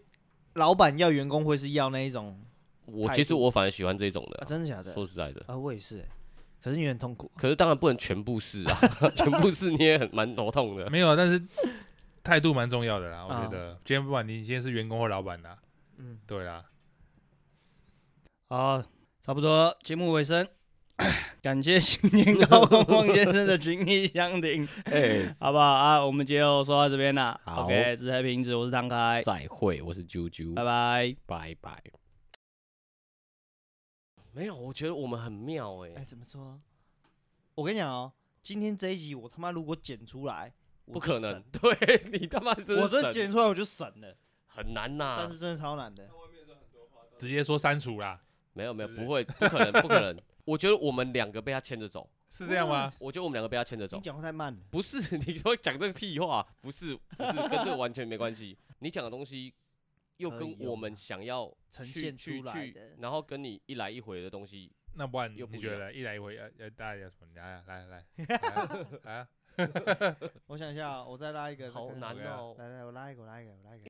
[SPEAKER 1] 老板要员工会是要那一种
[SPEAKER 2] 我
[SPEAKER 1] 态
[SPEAKER 2] 其实
[SPEAKER 1] 度
[SPEAKER 2] 我反而喜欢这种的
[SPEAKER 1] 啊，
[SPEAKER 2] 啊、
[SPEAKER 1] 真的假的？
[SPEAKER 2] 说实在的，
[SPEAKER 1] 啊，我也是欸、
[SPEAKER 4] 可是你很痛苦。
[SPEAKER 2] 可是当然不能全部是啊， <laughs> 全部是你也很蛮头痛的。
[SPEAKER 3] 没有，啊但是态度蛮重要的啦，我觉
[SPEAKER 4] 啊
[SPEAKER 3] 得。今天不管你今天是员工或老板啦，
[SPEAKER 4] 嗯，
[SPEAKER 3] 对啦，
[SPEAKER 1] 好，差不多节目尾声， <coughs> 感谢新
[SPEAKER 2] <laughs>
[SPEAKER 1] 年高旺旺先生的情谊相挺，
[SPEAKER 2] 哎，
[SPEAKER 1] 好不好啊？我们就说到这边啦。
[SPEAKER 2] 好
[SPEAKER 1] OK，这是黑瓶子，我是唐开，
[SPEAKER 2] 再会，我是啾啾，
[SPEAKER 1] 拜拜。
[SPEAKER 2] 拜拜。没有，我觉得我们很妙哎、
[SPEAKER 4] 哎，怎么说？我跟你讲哦，今天这一集我他妈如果剪出来，我
[SPEAKER 2] 不
[SPEAKER 4] 就
[SPEAKER 2] 可能 <laughs>
[SPEAKER 4] 神，，
[SPEAKER 2] 对你他妈真
[SPEAKER 4] 我
[SPEAKER 2] 是
[SPEAKER 4] 这
[SPEAKER 2] 啊神
[SPEAKER 4] 剪出来我就神了，
[SPEAKER 2] 很难呐、
[SPEAKER 4] 但是真的超难的。
[SPEAKER 3] 直接说删除啦，
[SPEAKER 2] 没有没有，
[SPEAKER 3] 是
[SPEAKER 2] 不
[SPEAKER 3] 不是
[SPEAKER 2] 会，不可能，不可能。 <laughs> 我觉得我们两个被他牵着走，
[SPEAKER 3] 是这样吗？
[SPEAKER 2] 我觉得我们两个被他牵着走
[SPEAKER 4] 你。讲话太慢了。
[SPEAKER 2] 不是， <laughs> 你说讲这个屁话，不是，不是，跟这个完全没关系。 <laughs> 你讲的东西又
[SPEAKER 4] 可以
[SPEAKER 2] 跟
[SPEAKER 4] 用
[SPEAKER 2] 我们
[SPEAKER 4] 啊
[SPEAKER 2] 想要
[SPEAKER 4] 呈
[SPEAKER 2] 去
[SPEAKER 4] 现
[SPEAKER 2] 去
[SPEAKER 4] 出来
[SPEAKER 2] 去
[SPEAKER 4] 的
[SPEAKER 2] 然后跟你一来一回的东西，
[SPEAKER 3] 那不然
[SPEAKER 2] 又不
[SPEAKER 3] 你
[SPEAKER 2] 一
[SPEAKER 3] 觉
[SPEAKER 2] 样
[SPEAKER 3] 得一来一回，呃呃，大家有什么？来啊来啊来啊来啊来啊！
[SPEAKER 4] 我想一下哦，我再拉一个，再啊
[SPEAKER 2] 好
[SPEAKER 4] 看看
[SPEAKER 2] 难
[SPEAKER 3] 怎么样
[SPEAKER 2] 哦、
[SPEAKER 4] 来来，我拉一个，我拉一个，我拉一个。